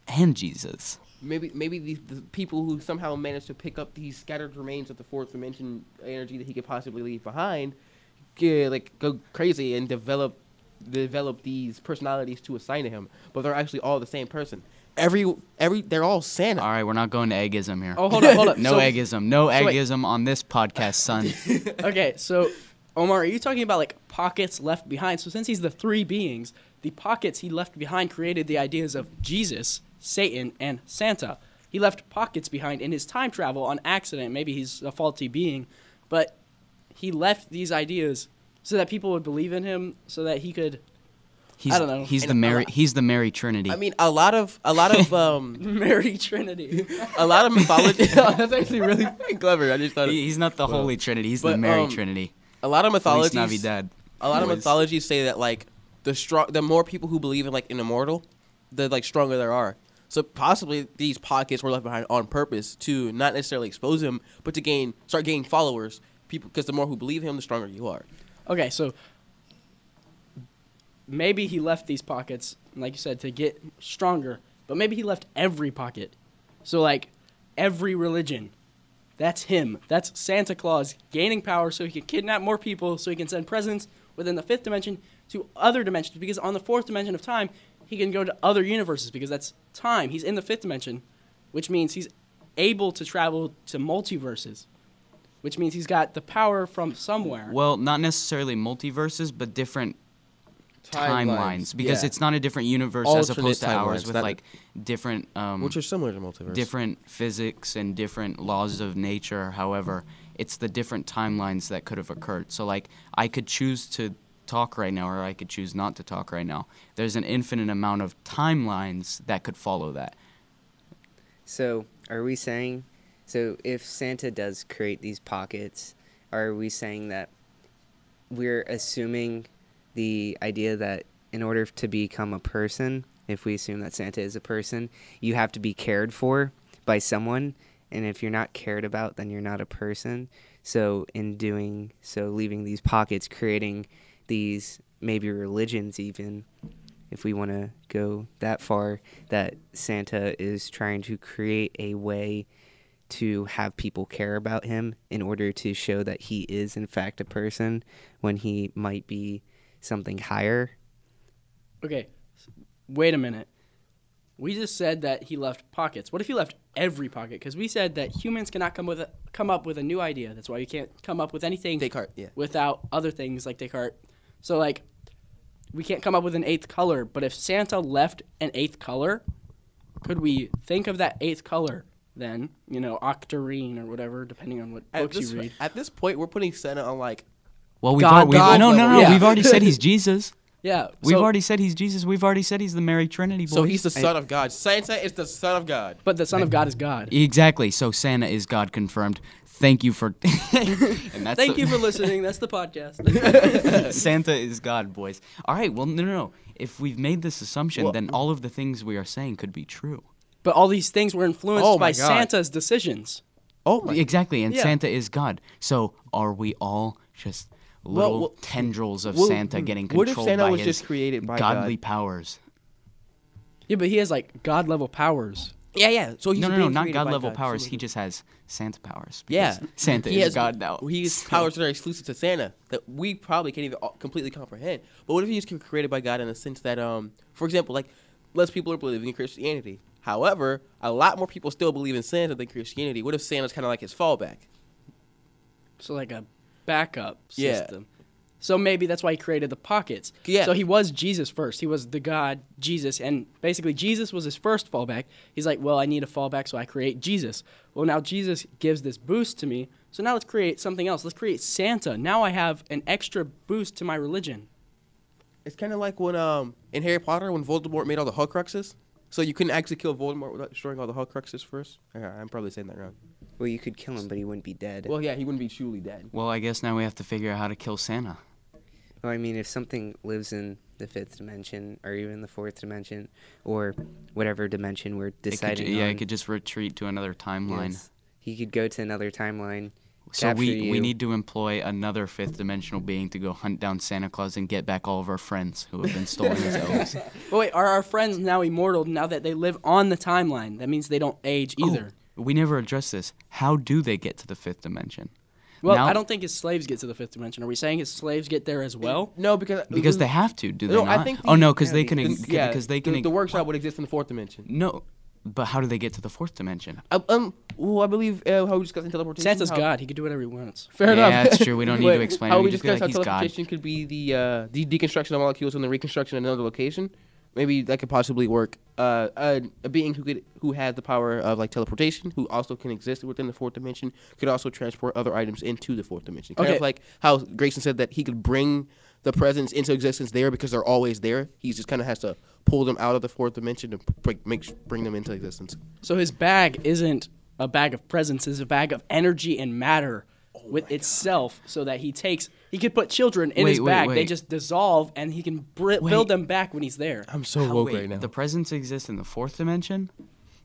[SPEAKER 4] and Jesus.
[SPEAKER 2] Maybe maybe the, the people who somehow managed to pick up these scattered remains of the fourth dimension energy that he could possibly leave behind, yeah, like go crazy and develop develop these personalities to assign to him. But they're actually all the same person. Every every they're all Santa.
[SPEAKER 4] All right, we're not going to eggism here.
[SPEAKER 3] Oh, hold up, hold up.
[SPEAKER 4] No
[SPEAKER 3] So-
[SPEAKER 4] eggism. No
[SPEAKER 3] so wait.
[SPEAKER 4] eggism on this podcast, son.
[SPEAKER 3] okay, so Omar, are you talking about like pockets left behind? So since he's the three beings, the pockets he left behind created the ideas of Jesus, Satan, and Santa. He left pockets behind in his time travel on accident. Maybe he's a faulty being, but he left these ideas so that people would believe in him, so that he could
[SPEAKER 4] He's,
[SPEAKER 3] don't know.
[SPEAKER 4] He's
[SPEAKER 2] And
[SPEAKER 4] the
[SPEAKER 2] a
[SPEAKER 4] Mary.
[SPEAKER 2] lot-
[SPEAKER 4] He's the Mary Trinity.
[SPEAKER 2] I mean, a lot of a lot of um,
[SPEAKER 3] marry Trinity.
[SPEAKER 2] a lot of mythology. that's actually really clever. I just thought
[SPEAKER 4] He- he's not the Holy Trinity. He's the
[SPEAKER 2] but,
[SPEAKER 4] Mary
[SPEAKER 2] um,
[SPEAKER 4] Trinity.
[SPEAKER 2] a lot of
[SPEAKER 4] Feliz
[SPEAKER 2] mythologies.
[SPEAKER 4] Navidad.
[SPEAKER 2] A lot of
[SPEAKER 4] boys.
[SPEAKER 2] mythologies say that like the strong, the more people who believe in like an immortal, the like stronger there are. So possibly these pockets were left behind on purpose to not necessarily expose him, but to gain start gaining followers. People, because the more who believe him, the stronger you are.
[SPEAKER 3] Okay, so maybe he left these pockets, like you said, to get stronger, but maybe he left every pocket. So, like, every religion. That's him. That's Santa Claus gaining power so he can kidnap more people, so he can send presents within the fifth dimension to other dimensions. Because on the fourth dimension of time, he can go to other universes because that's time. He's in the fifth dimension, which means he's able to travel to multiverses, which means he's got the power from somewhere.
[SPEAKER 4] Well, not necessarily multiverses, but different timelines, because
[SPEAKER 2] yeah.
[SPEAKER 4] it's not a different universe as
[SPEAKER 2] Alternate
[SPEAKER 4] opposed to
[SPEAKER 2] timelines,
[SPEAKER 4] ours with
[SPEAKER 2] that-
[SPEAKER 4] like different um,
[SPEAKER 2] which are similar to multiverse.
[SPEAKER 4] different physics and different laws of nature. However, it's the different timelines that could have occurred. So, like, I could choose to talk right now, or I could choose not to talk right now. There's an infinite amount of timelines that could follow that.
[SPEAKER 1] So, are we saying, so if Santa does create these pockets, are we saying that we're assuming the idea that in order to become a person, if we assume that Santa is a person, you have to be cared for by someone, and if you're not cared about, then you're not a person. So, in doing so, leaving these pockets, creating these maybe religions, even if we want to go that far, that Santa is trying to create a way to have people care about him in order to show that he is, in fact, a person when he might be something higher.
[SPEAKER 3] Okay, s- wait a minute. We just said that he left pockets. What if he left every pocket? Because we said that humans cannot come with a, come up with a new idea. That's why you can't come up with anything
[SPEAKER 2] Descartes, yeah.
[SPEAKER 3] without other things like Descartes. So like, we can't come up with an eighth color. But if Santa left an eighth color, could we think of that eighth color then? You know, octarine or whatever, depending on what
[SPEAKER 2] At
[SPEAKER 3] books
[SPEAKER 2] this,
[SPEAKER 3] you read.
[SPEAKER 2] at this point, we're putting Santa on like
[SPEAKER 4] Well, we've,
[SPEAKER 3] God-
[SPEAKER 4] al- we've
[SPEAKER 2] God
[SPEAKER 4] no, no,
[SPEAKER 2] level.
[SPEAKER 4] no,
[SPEAKER 3] Yeah.
[SPEAKER 4] We've already said he's Jesus.
[SPEAKER 3] Yeah,
[SPEAKER 4] We've
[SPEAKER 3] so-
[SPEAKER 4] already said he's Jesus. We've already said he's the Mary Trinity. Boys.
[SPEAKER 2] so he's the son of God. Santa is the son of God.
[SPEAKER 3] But the Son of God is God.
[SPEAKER 4] Exactly. So Santa is God confirmed. Thank you for. and that's
[SPEAKER 3] Thank
[SPEAKER 4] the-
[SPEAKER 3] you for listening. That's the podcast.
[SPEAKER 4] Santa is God, boys. All right. Well, no, no, no. If we've made this assumption,
[SPEAKER 2] Well-
[SPEAKER 4] then all of the things we are saying could be true.
[SPEAKER 3] But all these things were influenced
[SPEAKER 2] Oh my
[SPEAKER 3] by
[SPEAKER 2] God.
[SPEAKER 3] Santa's decisions.
[SPEAKER 2] Oh my!
[SPEAKER 4] Exactly. And
[SPEAKER 3] Yeah.
[SPEAKER 4] Santa is God. So are we all just little
[SPEAKER 2] well-
[SPEAKER 4] tendrils of
[SPEAKER 2] well, mm,
[SPEAKER 4] Santa getting
[SPEAKER 2] what if
[SPEAKER 4] controlled
[SPEAKER 2] Santa
[SPEAKER 4] by
[SPEAKER 2] was
[SPEAKER 4] his
[SPEAKER 2] just created by
[SPEAKER 4] godly powers?
[SPEAKER 3] Yeah, but he has like god level powers.
[SPEAKER 2] Yeah, yeah. So he's
[SPEAKER 4] No, no, no,
[SPEAKER 2] being
[SPEAKER 4] not
[SPEAKER 2] created
[SPEAKER 4] God
[SPEAKER 2] by
[SPEAKER 4] level
[SPEAKER 2] God.
[SPEAKER 4] powers.
[SPEAKER 2] Something-
[SPEAKER 4] He just has Santa powers.
[SPEAKER 2] Yeah,
[SPEAKER 4] because Santa
[SPEAKER 2] he
[SPEAKER 4] is
[SPEAKER 2] has,
[SPEAKER 4] God now.
[SPEAKER 2] He has powers that are exclusive to Santa that we probably can't even all- completely comprehend. But what if he's created by God in the sense that, um, for example, like less people are believing in Christianity. However, a lot more people still believe in Santa than Christianity. What if Santa's kind of like his fallback?
[SPEAKER 3] So like a backup
[SPEAKER 2] Yeah.
[SPEAKER 3] system. So maybe that's why he created the pockets.
[SPEAKER 2] Yeah.
[SPEAKER 3] So he was Jesus first. He was the God Jesus, and basically Jesus was his first fallback. He's like, well, I need a fallback, so I create Jesus. Well, now Jesus gives this boost to me. So now let's create something else. Let's create Santa. Now I have an extra boost to my religion.
[SPEAKER 2] It's kind of like when um in Harry Potter when Voldemort made all the Horcruxes. So you couldn't actually kill Voldemort without destroying all the Horcruxes first. Uh, I'm probably saying that wrong.
[SPEAKER 1] Well, you could kill him, but he wouldn't be dead. Well,
[SPEAKER 2] Well, yeah, he wouldn't be truly dead.
[SPEAKER 4] Well, I guess now we have to figure out how to kill Santa.
[SPEAKER 1] I mean, if something lives in the fifth dimension or even the fourth dimension or whatever dimension we're
[SPEAKER 4] It could, ju-
[SPEAKER 1] deciding
[SPEAKER 4] yeah,
[SPEAKER 1] on,
[SPEAKER 4] it could just retreat to another timeline.
[SPEAKER 1] yes, he could go to another timeline
[SPEAKER 4] So
[SPEAKER 1] Capture
[SPEAKER 4] we, we
[SPEAKER 1] you.
[SPEAKER 4] need to employ another fifth dimensional being to go hunt down Santa Claus and get back all of our friends who have been stolen as elves.
[SPEAKER 3] But wait, are our friends now immortal now that they live on the timeline? That means they don't age either.
[SPEAKER 4] Oh, we never address this. How do they get to the fifth dimension?
[SPEAKER 3] well,
[SPEAKER 4] now-
[SPEAKER 3] I don't think his slaves get to the fifth dimension. Are we saying his slaves get there as well?
[SPEAKER 2] No, because
[SPEAKER 4] Because they have to, do they
[SPEAKER 2] No,
[SPEAKER 4] not?
[SPEAKER 2] I think
[SPEAKER 4] oh
[SPEAKER 2] the-
[SPEAKER 4] no, because
[SPEAKER 1] yeah,
[SPEAKER 4] they
[SPEAKER 1] the-
[SPEAKER 4] can
[SPEAKER 2] the-
[SPEAKER 4] because they
[SPEAKER 2] the-
[SPEAKER 4] can
[SPEAKER 2] the workshop would exist in the fourth dimension.
[SPEAKER 4] No, but how do they get to the fourth dimension?
[SPEAKER 2] Um, um well, I believe uh, how we discussed in teleportation.
[SPEAKER 3] Santa's
[SPEAKER 2] how-
[SPEAKER 3] God. He can do whatever he wants.
[SPEAKER 2] Fair
[SPEAKER 4] Yeah,
[SPEAKER 2] enough.
[SPEAKER 4] that's true. We don't need to
[SPEAKER 2] But
[SPEAKER 4] explain
[SPEAKER 2] How
[SPEAKER 4] it.
[SPEAKER 2] we
[SPEAKER 4] We just be
[SPEAKER 2] discussed
[SPEAKER 4] like,
[SPEAKER 2] how
[SPEAKER 4] "He's God."
[SPEAKER 2] teleportation could be the uh, the deconstruction of molecules and the reconstruction in another location. Maybe that could possibly work. Uh, a, a being who could who has the power of like teleportation, who also can exist within the fourth dimension, could also transport other items into the fourth dimension. Kind
[SPEAKER 3] Okay.
[SPEAKER 2] of like how Grayson said that he could bring the presence into existence there because they're always there. He just kind of has to pull them out of the fourth dimension to bring, make bring them into existence.
[SPEAKER 3] So his bag isn't a bag of presence, it's a bag of energy and matter
[SPEAKER 4] Oh
[SPEAKER 3] with itself so that he takes he could put children in his
[SPEAKER 4] Wait, wait,
[SPEAKER 3] bag. They
[SPEAKER 4] wait.
[SPEAKER 3] just dissolve and he can br- build them back when he's there.
[SPEAKER 2] I'm so
[SPEAKER 4] How-
[SPEAKER 2] woke
[SPEAKER 4] wait,
[SPEAKER 2] right now.
[SPEAKER 4] The presence exists in the fourth dimension?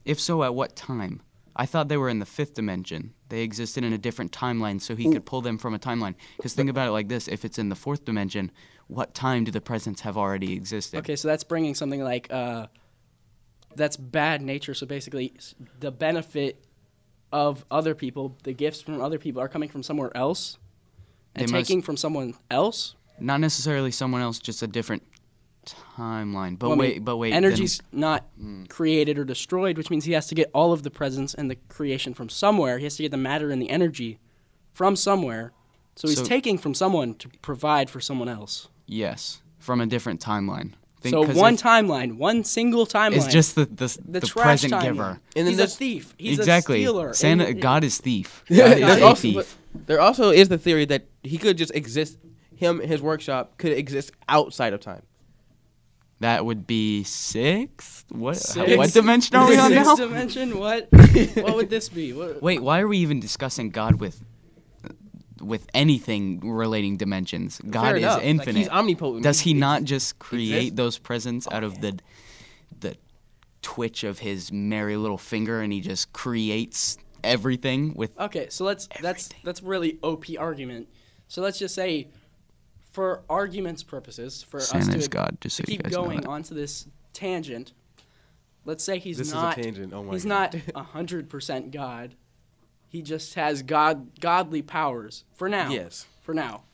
[SPEAKER 4] If so, at what time? I thought they were in the fifth dimension. They existed in a different timeline, so he could pull them from a timeline. Because think about it like this if it's in the fourth dimension, what time do the presents have already existed?
[SPEAKER 3] Okay, so that's bringing something like uh, that's bad nature. So basically, s- the benefit of other people, the gifts from other people, are coming from somewhere else and
[SPEAKER 4] They must-
[SPEAKER 3] taking from someone else.
[SPEAKER 4] Not necessarily someone else, just a different timeline. But
[SPEAKER 3] Well, I
[SPEAKER 4] wait,
[SPEAKER 3] mean,
[SPEAKER 4] but wait. then- Mm.
[SPEAKER 3] energy's not created or destroyed, which means he has to get all of the presence and the creation from somewhere. He has to get the matter and the energy from somewhere. So he's
[SPEAKER 4] So-
[SPEAKER 3] taking from someone to provide for someone else.
[SPEAKER 4] yes, from a different timeline. Think-
[SPEAKER 3] so
[SPEAKER 4] 'cause
[SPEAKER 3] one
[SPEAKER 4] if-
[SPEAKER 3] timeline, one single timeline.
[SPEAKER 4] It's just the, the,
[SPEAKER 3] the,
[SPEAKER 4] the
[SPEAKER 3] trash
[SPEAKER 4] present
[SPEAKER 3] timeline.
[SPEAKER 4] giver.
[SPEAKER 2] And then
[SPEAKER 3] he's a
[SPEAKER 2] there's-
[SPEAKER 3] thief. He's a
[SPEAKER 4] exactly.
[SPEAKER 3] stealer.
[SPEAKER 4] Santa,
[SPEAKER 3] And-
[SPEAKER 4] God is thief. God
[SPEAKER 2] There's
[SPEAKER 4] is a
[SPEAKER 2] also,
[SPEAKER 4] thief.
[SPEAKER 2] but there also is the theory that he could just exist. Him, his workshop could exist outside of time.
[SPEAKER 4] That would be sixth. What
[SPEAKER 3] Sixth-
[SPEAKER 4] what dimension are we on
[SPEAKER 3] sixth
[SPEAKER 4] now?
[SPEAKER 3] dimension? What? what would this be? What,
[SPEAKER 4] Wait, why are we even discussing God with with anything relating dimensions? God
[SPEAKER 2] Fair
[SPEAKER 4] is
[SPEAKER 2] enough. Like,
[SPEAKER 4] infinite.
[SPEAKER 2] he's omnipotent.
[SPEAKER 4] Does he
[SPEAKER 2] He
[SPEAKER 4] not just create
[SPEAKER 2] exists.
[SPEAKER 4] those presents out of the the twitch of his merry little finger, and he just creates everything with?
[SPEAKER 3] Okay, so let's that's
[SPEAKER 4] Everything.
[SPEAKER 3] that's really OP argument. So let's just say, for arguments purposes, for us
[SPEAKER 4] Santa's
[SPEAKER 3] to,
[SPEAKER 4] God, just
[SPEAKER 3] to
[SPEAKER 4] so you
[SPEAKER 3] keep
[SPEAKER 4] guys know
[SPEAKER 3] going
[SPEAKER 4] that.
[SPEAKER 3] onto this tangent, let's say he's
[SPEAKER 2] This is a
[SPEAKER 3] not
[SPEAKER 2] tangent, oh my
[SPEAKER 3] he's
[SPEAKER 2] God.
[SPEAKER 3] not hundred percent God. He just has God godly powers for now.
[SPEAKER 2] Yes.
[SPEAKER 3] For now,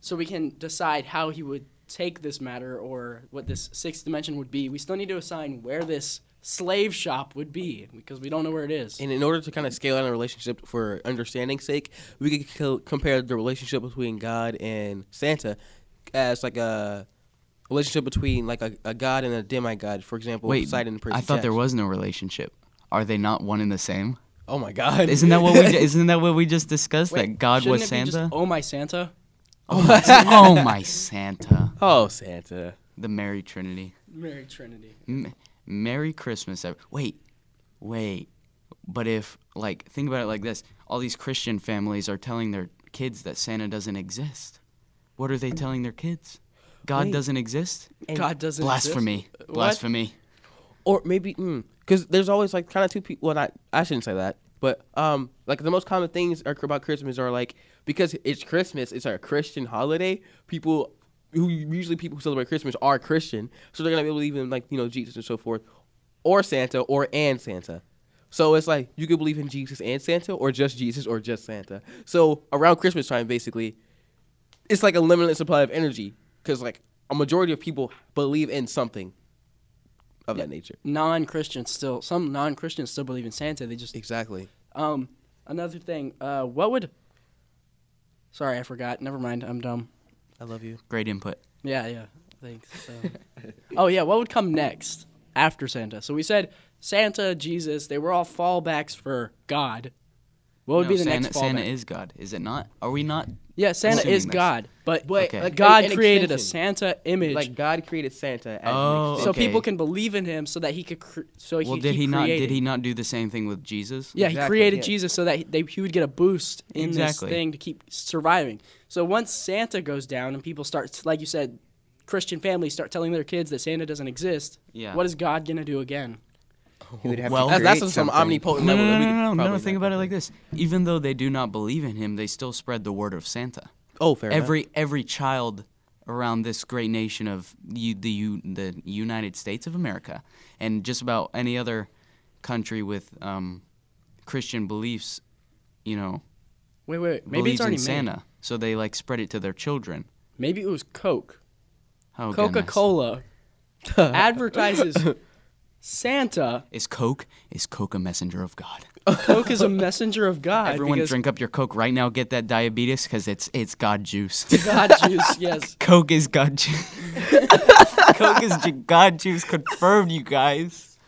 [SPEAKER 3] so we can decide how he would take this matter or what this sixth dimension would be. We still need to assign where this slave shop would be because we don't know where it is.
[SPEAKER 2] And in order to kind of scale out a relationship for understanding's sake, we could co- compare the relationship between God and Santa as like a relationship between like a, a god and a demigod. For example,
[SPEAKER 4] Wait,
[SPEAKER 2] Poseidon and
[SPEAKER 4] I
[SPEAKER 2] Percy
[SPEAKER 4] thought there
[SPEAKER 2] Jackson.
[SPEAKER 4] was no relationship. Are they not one and the same?
[SPEAKER 2] Oh my God!
[SPEAKER 4] Isn't that what we ju- isn't that what we just discussed? that
[SPEAKER 3] Wait,
[SPEAKER 4] God was
[SPEAKER 3] shouldn't it be
[SPEAKER 4] Santa.
[SPEAKER 3] Just, oh my Santa!
[SPEAKER 4] oh my Santa,
[SPEAKER 2] oh Santa?
[SPEAKER 4] the Merry Trinity.
[SPEAKER 3] Merry Trinity.
[SPEAKER 4] M- Merry Christmas. ev- Wait, wait. But if, like, think about it like this all these Christian families are telling their kids that Santa doesn't exist. What are they telling their kids? God
[SPEAKER 2] Wait.
[SPEAKER 4] doesn't exist?
[SPEAKER 3] God doesn't
[SPEAKER 4] Blasphemy.
[SPEAKER 3] exist? What?
[SPEAKER 4] Blasphemy.
[SPEAKER 2] or maybe because there's always like kind of two people. Well, not I shouldn't say that, but um, like the most common things are about Christmas are like because it's Christmas, it's a Christian holiday. People who usually people who celebrate Christmas are Christian, so they're gonna be believe in like you know Jesus and so forth, or Santa or and Santa. So it's like you could believe in Jesus and Santa, or just Jesus or just Santa. So around Christmas time, basically, it's like a limitless supply of energy because like a majority of people believe in something of that nature.
[SPEAKER 3] Non-Christians still. Some non-Christians still believe in Santa. They just.
[SPEAKER 2] Exactly.
[SPEAKER 3] Um. Another thing. Uh. What would? Sorry, I forgot. Never mind. I'm dumb.
[SPEAKER 2] I love you.
[SPEAKER 4] Great input.
[SPEAKER 3] Yeah. Yeah. Thanks. Um, oh yeah. What would come next after Santa? So we said Santa, Jesus. They were all fallbacks for God. What would
[SPEAKER 4] No,
[SPEAKER 3] be the
[SPEAKER 4] Santa,
[SPEAKER 3] next fallback?
[SPEAKER 4] Santa is God, is it not? Are we not?
[SPEAKER 3] yeah, Santa
[SPEAKER 4] assuming
[SPEAKER 3] is
[SPEAKER 4] this.
[SPEAKER 3] God, but,
[SPEAKER 2] But,
[SPEAKER 4] Okay.
[SPEAKER 2] like,
[SPEAKER 3] God
[SPEAKER 2] an- an
[SPEAKER 3] created a
[SPEAKER 2] extension.
[SPEAKER 3] Santa image.
[SPEAKER 2] Like God created Santa. As an
[SPEAKER 4] Oh,
[SPEAKER 3] so
[SPEAKER 2] extension.
[SPEAKER 4] okay.
[SPEAKER 3] people can believe in him so that he could cr- so he
[SPEAKER 4] Well,
[SPEAKER 3] could
[SPEAKER 4] did
[SPEAKER 3] keep
[SPEAKER 4] he not? Did
[SPEAKER 3] creating.
[SPEAKER 4] he not do the same thing with Jesus?
[SPEAKER 3] yeah he
[SPEAKER 2] Exactly,
[SPEAKER 3] created
[SPEAKER 2] yeah.
[SPEAKER 3] jesus so that he- they, he would get a boost in
[SPEAKER 4] Exactly.
[SPEAKER 3] this thing to keep surviving so once santa goes down and people start like you said christian families start telling their kids that santa doesn't exist
[SPEAKER 4] Yeah.
[SPEAKER 3] what is god going to do again
[SPEAKER 1] He would have
[SPEAKER 4] Well-
[SPEAKER 1] to
[SPEAKER 2] That's, that's
[SPEAKER 1] create
[SPEAKER 2] on some
[SPEAKER 1] something.
[SPEAKER 2] omnipotent
[SPEAKER 4] No,
[SPEAKER 2] level.
[SPEAKER 4] no,
[SPEAKER 2] that we
[SPEAKER 4] no,
[SPEAKER 2] could
[SPEAKER 4] no, no, no.
[SPEAKER 2] probably
[SPEAKER 4] Think
[SPEAKER 2] not
[SPEAKER 4] about it
[SPEAKER 2] do.
[SPEAKER 4] like this: even though they do not believe in him, they still spread the word of Santa.
[SPEAKER 2] Oh, fair enough.
[SPEAKER 4] every every child around this great nation of you, the U, the United States of America, and just about any other country with um, Christian beliefs, you know,
[SPEAKER 3] Wait, wait. Maybe
[SPEAKER 4] believes
[SPEAKER 3] it's already
[SPEAKER 4] in
[SPEAKER 3] made.
[SPEAKER 4] Santa, so they like spread it to their children.
[SPEAKER 3] Maybe it was Coke.
[SPEAKER 4] Oh,
[SPEAKER 3] Coca
[SPEAKER 4] goodness.
[SPEAKER 3] Cola advertises Santa.
[SPEAKER 4] Is Coke is Coke a messenger of God?
[SPEAKER 3] Coke is a messenger of God.
[SPEAKER 4] Everyone
[SPEAKER 3] because
[SPEAKER 4] drink up your Coke right now. Get that diabetes because it's it's God juice.
[SPEAKER 3] God juice. Yes.
[SPEAKER 4] Coke is God juice. Coke is ju- God juice confirmed, you guys.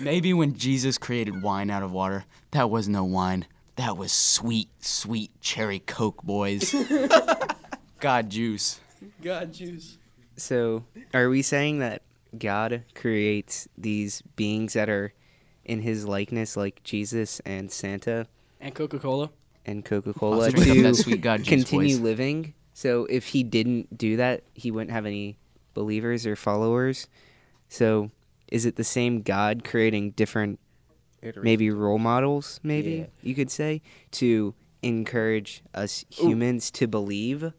[SPEAKER 4] Maybe when Jesus created wine out of water, that was no wine. That was sweet, sweet cherry Coke, boys. God juice.
[SPEAKER 3] God juice.
[SPEAKER 1] So, are we saying that God creates these beings that are in his likeness, like Jesus and Santa
[SPEAKER 3] And Coca Cola.
[SPEAKER 1] and Coca Cola,
[SPEAKER 4] Let's drink up
[SPEAKER 1] to
[SPEAKER 4] that sweet God juice,
[SPEAKER 1] continue
[SPEAKER 4] boys.
[SPEAKER 1] living? So, if he didn't do that, he wouldn't have any believers or followers. So, is it the same God creating different, maybe role models, maybe
[SPEAKER 2] Yeah.
[SPEAKER 1] you could say, to encourage us humans to believe?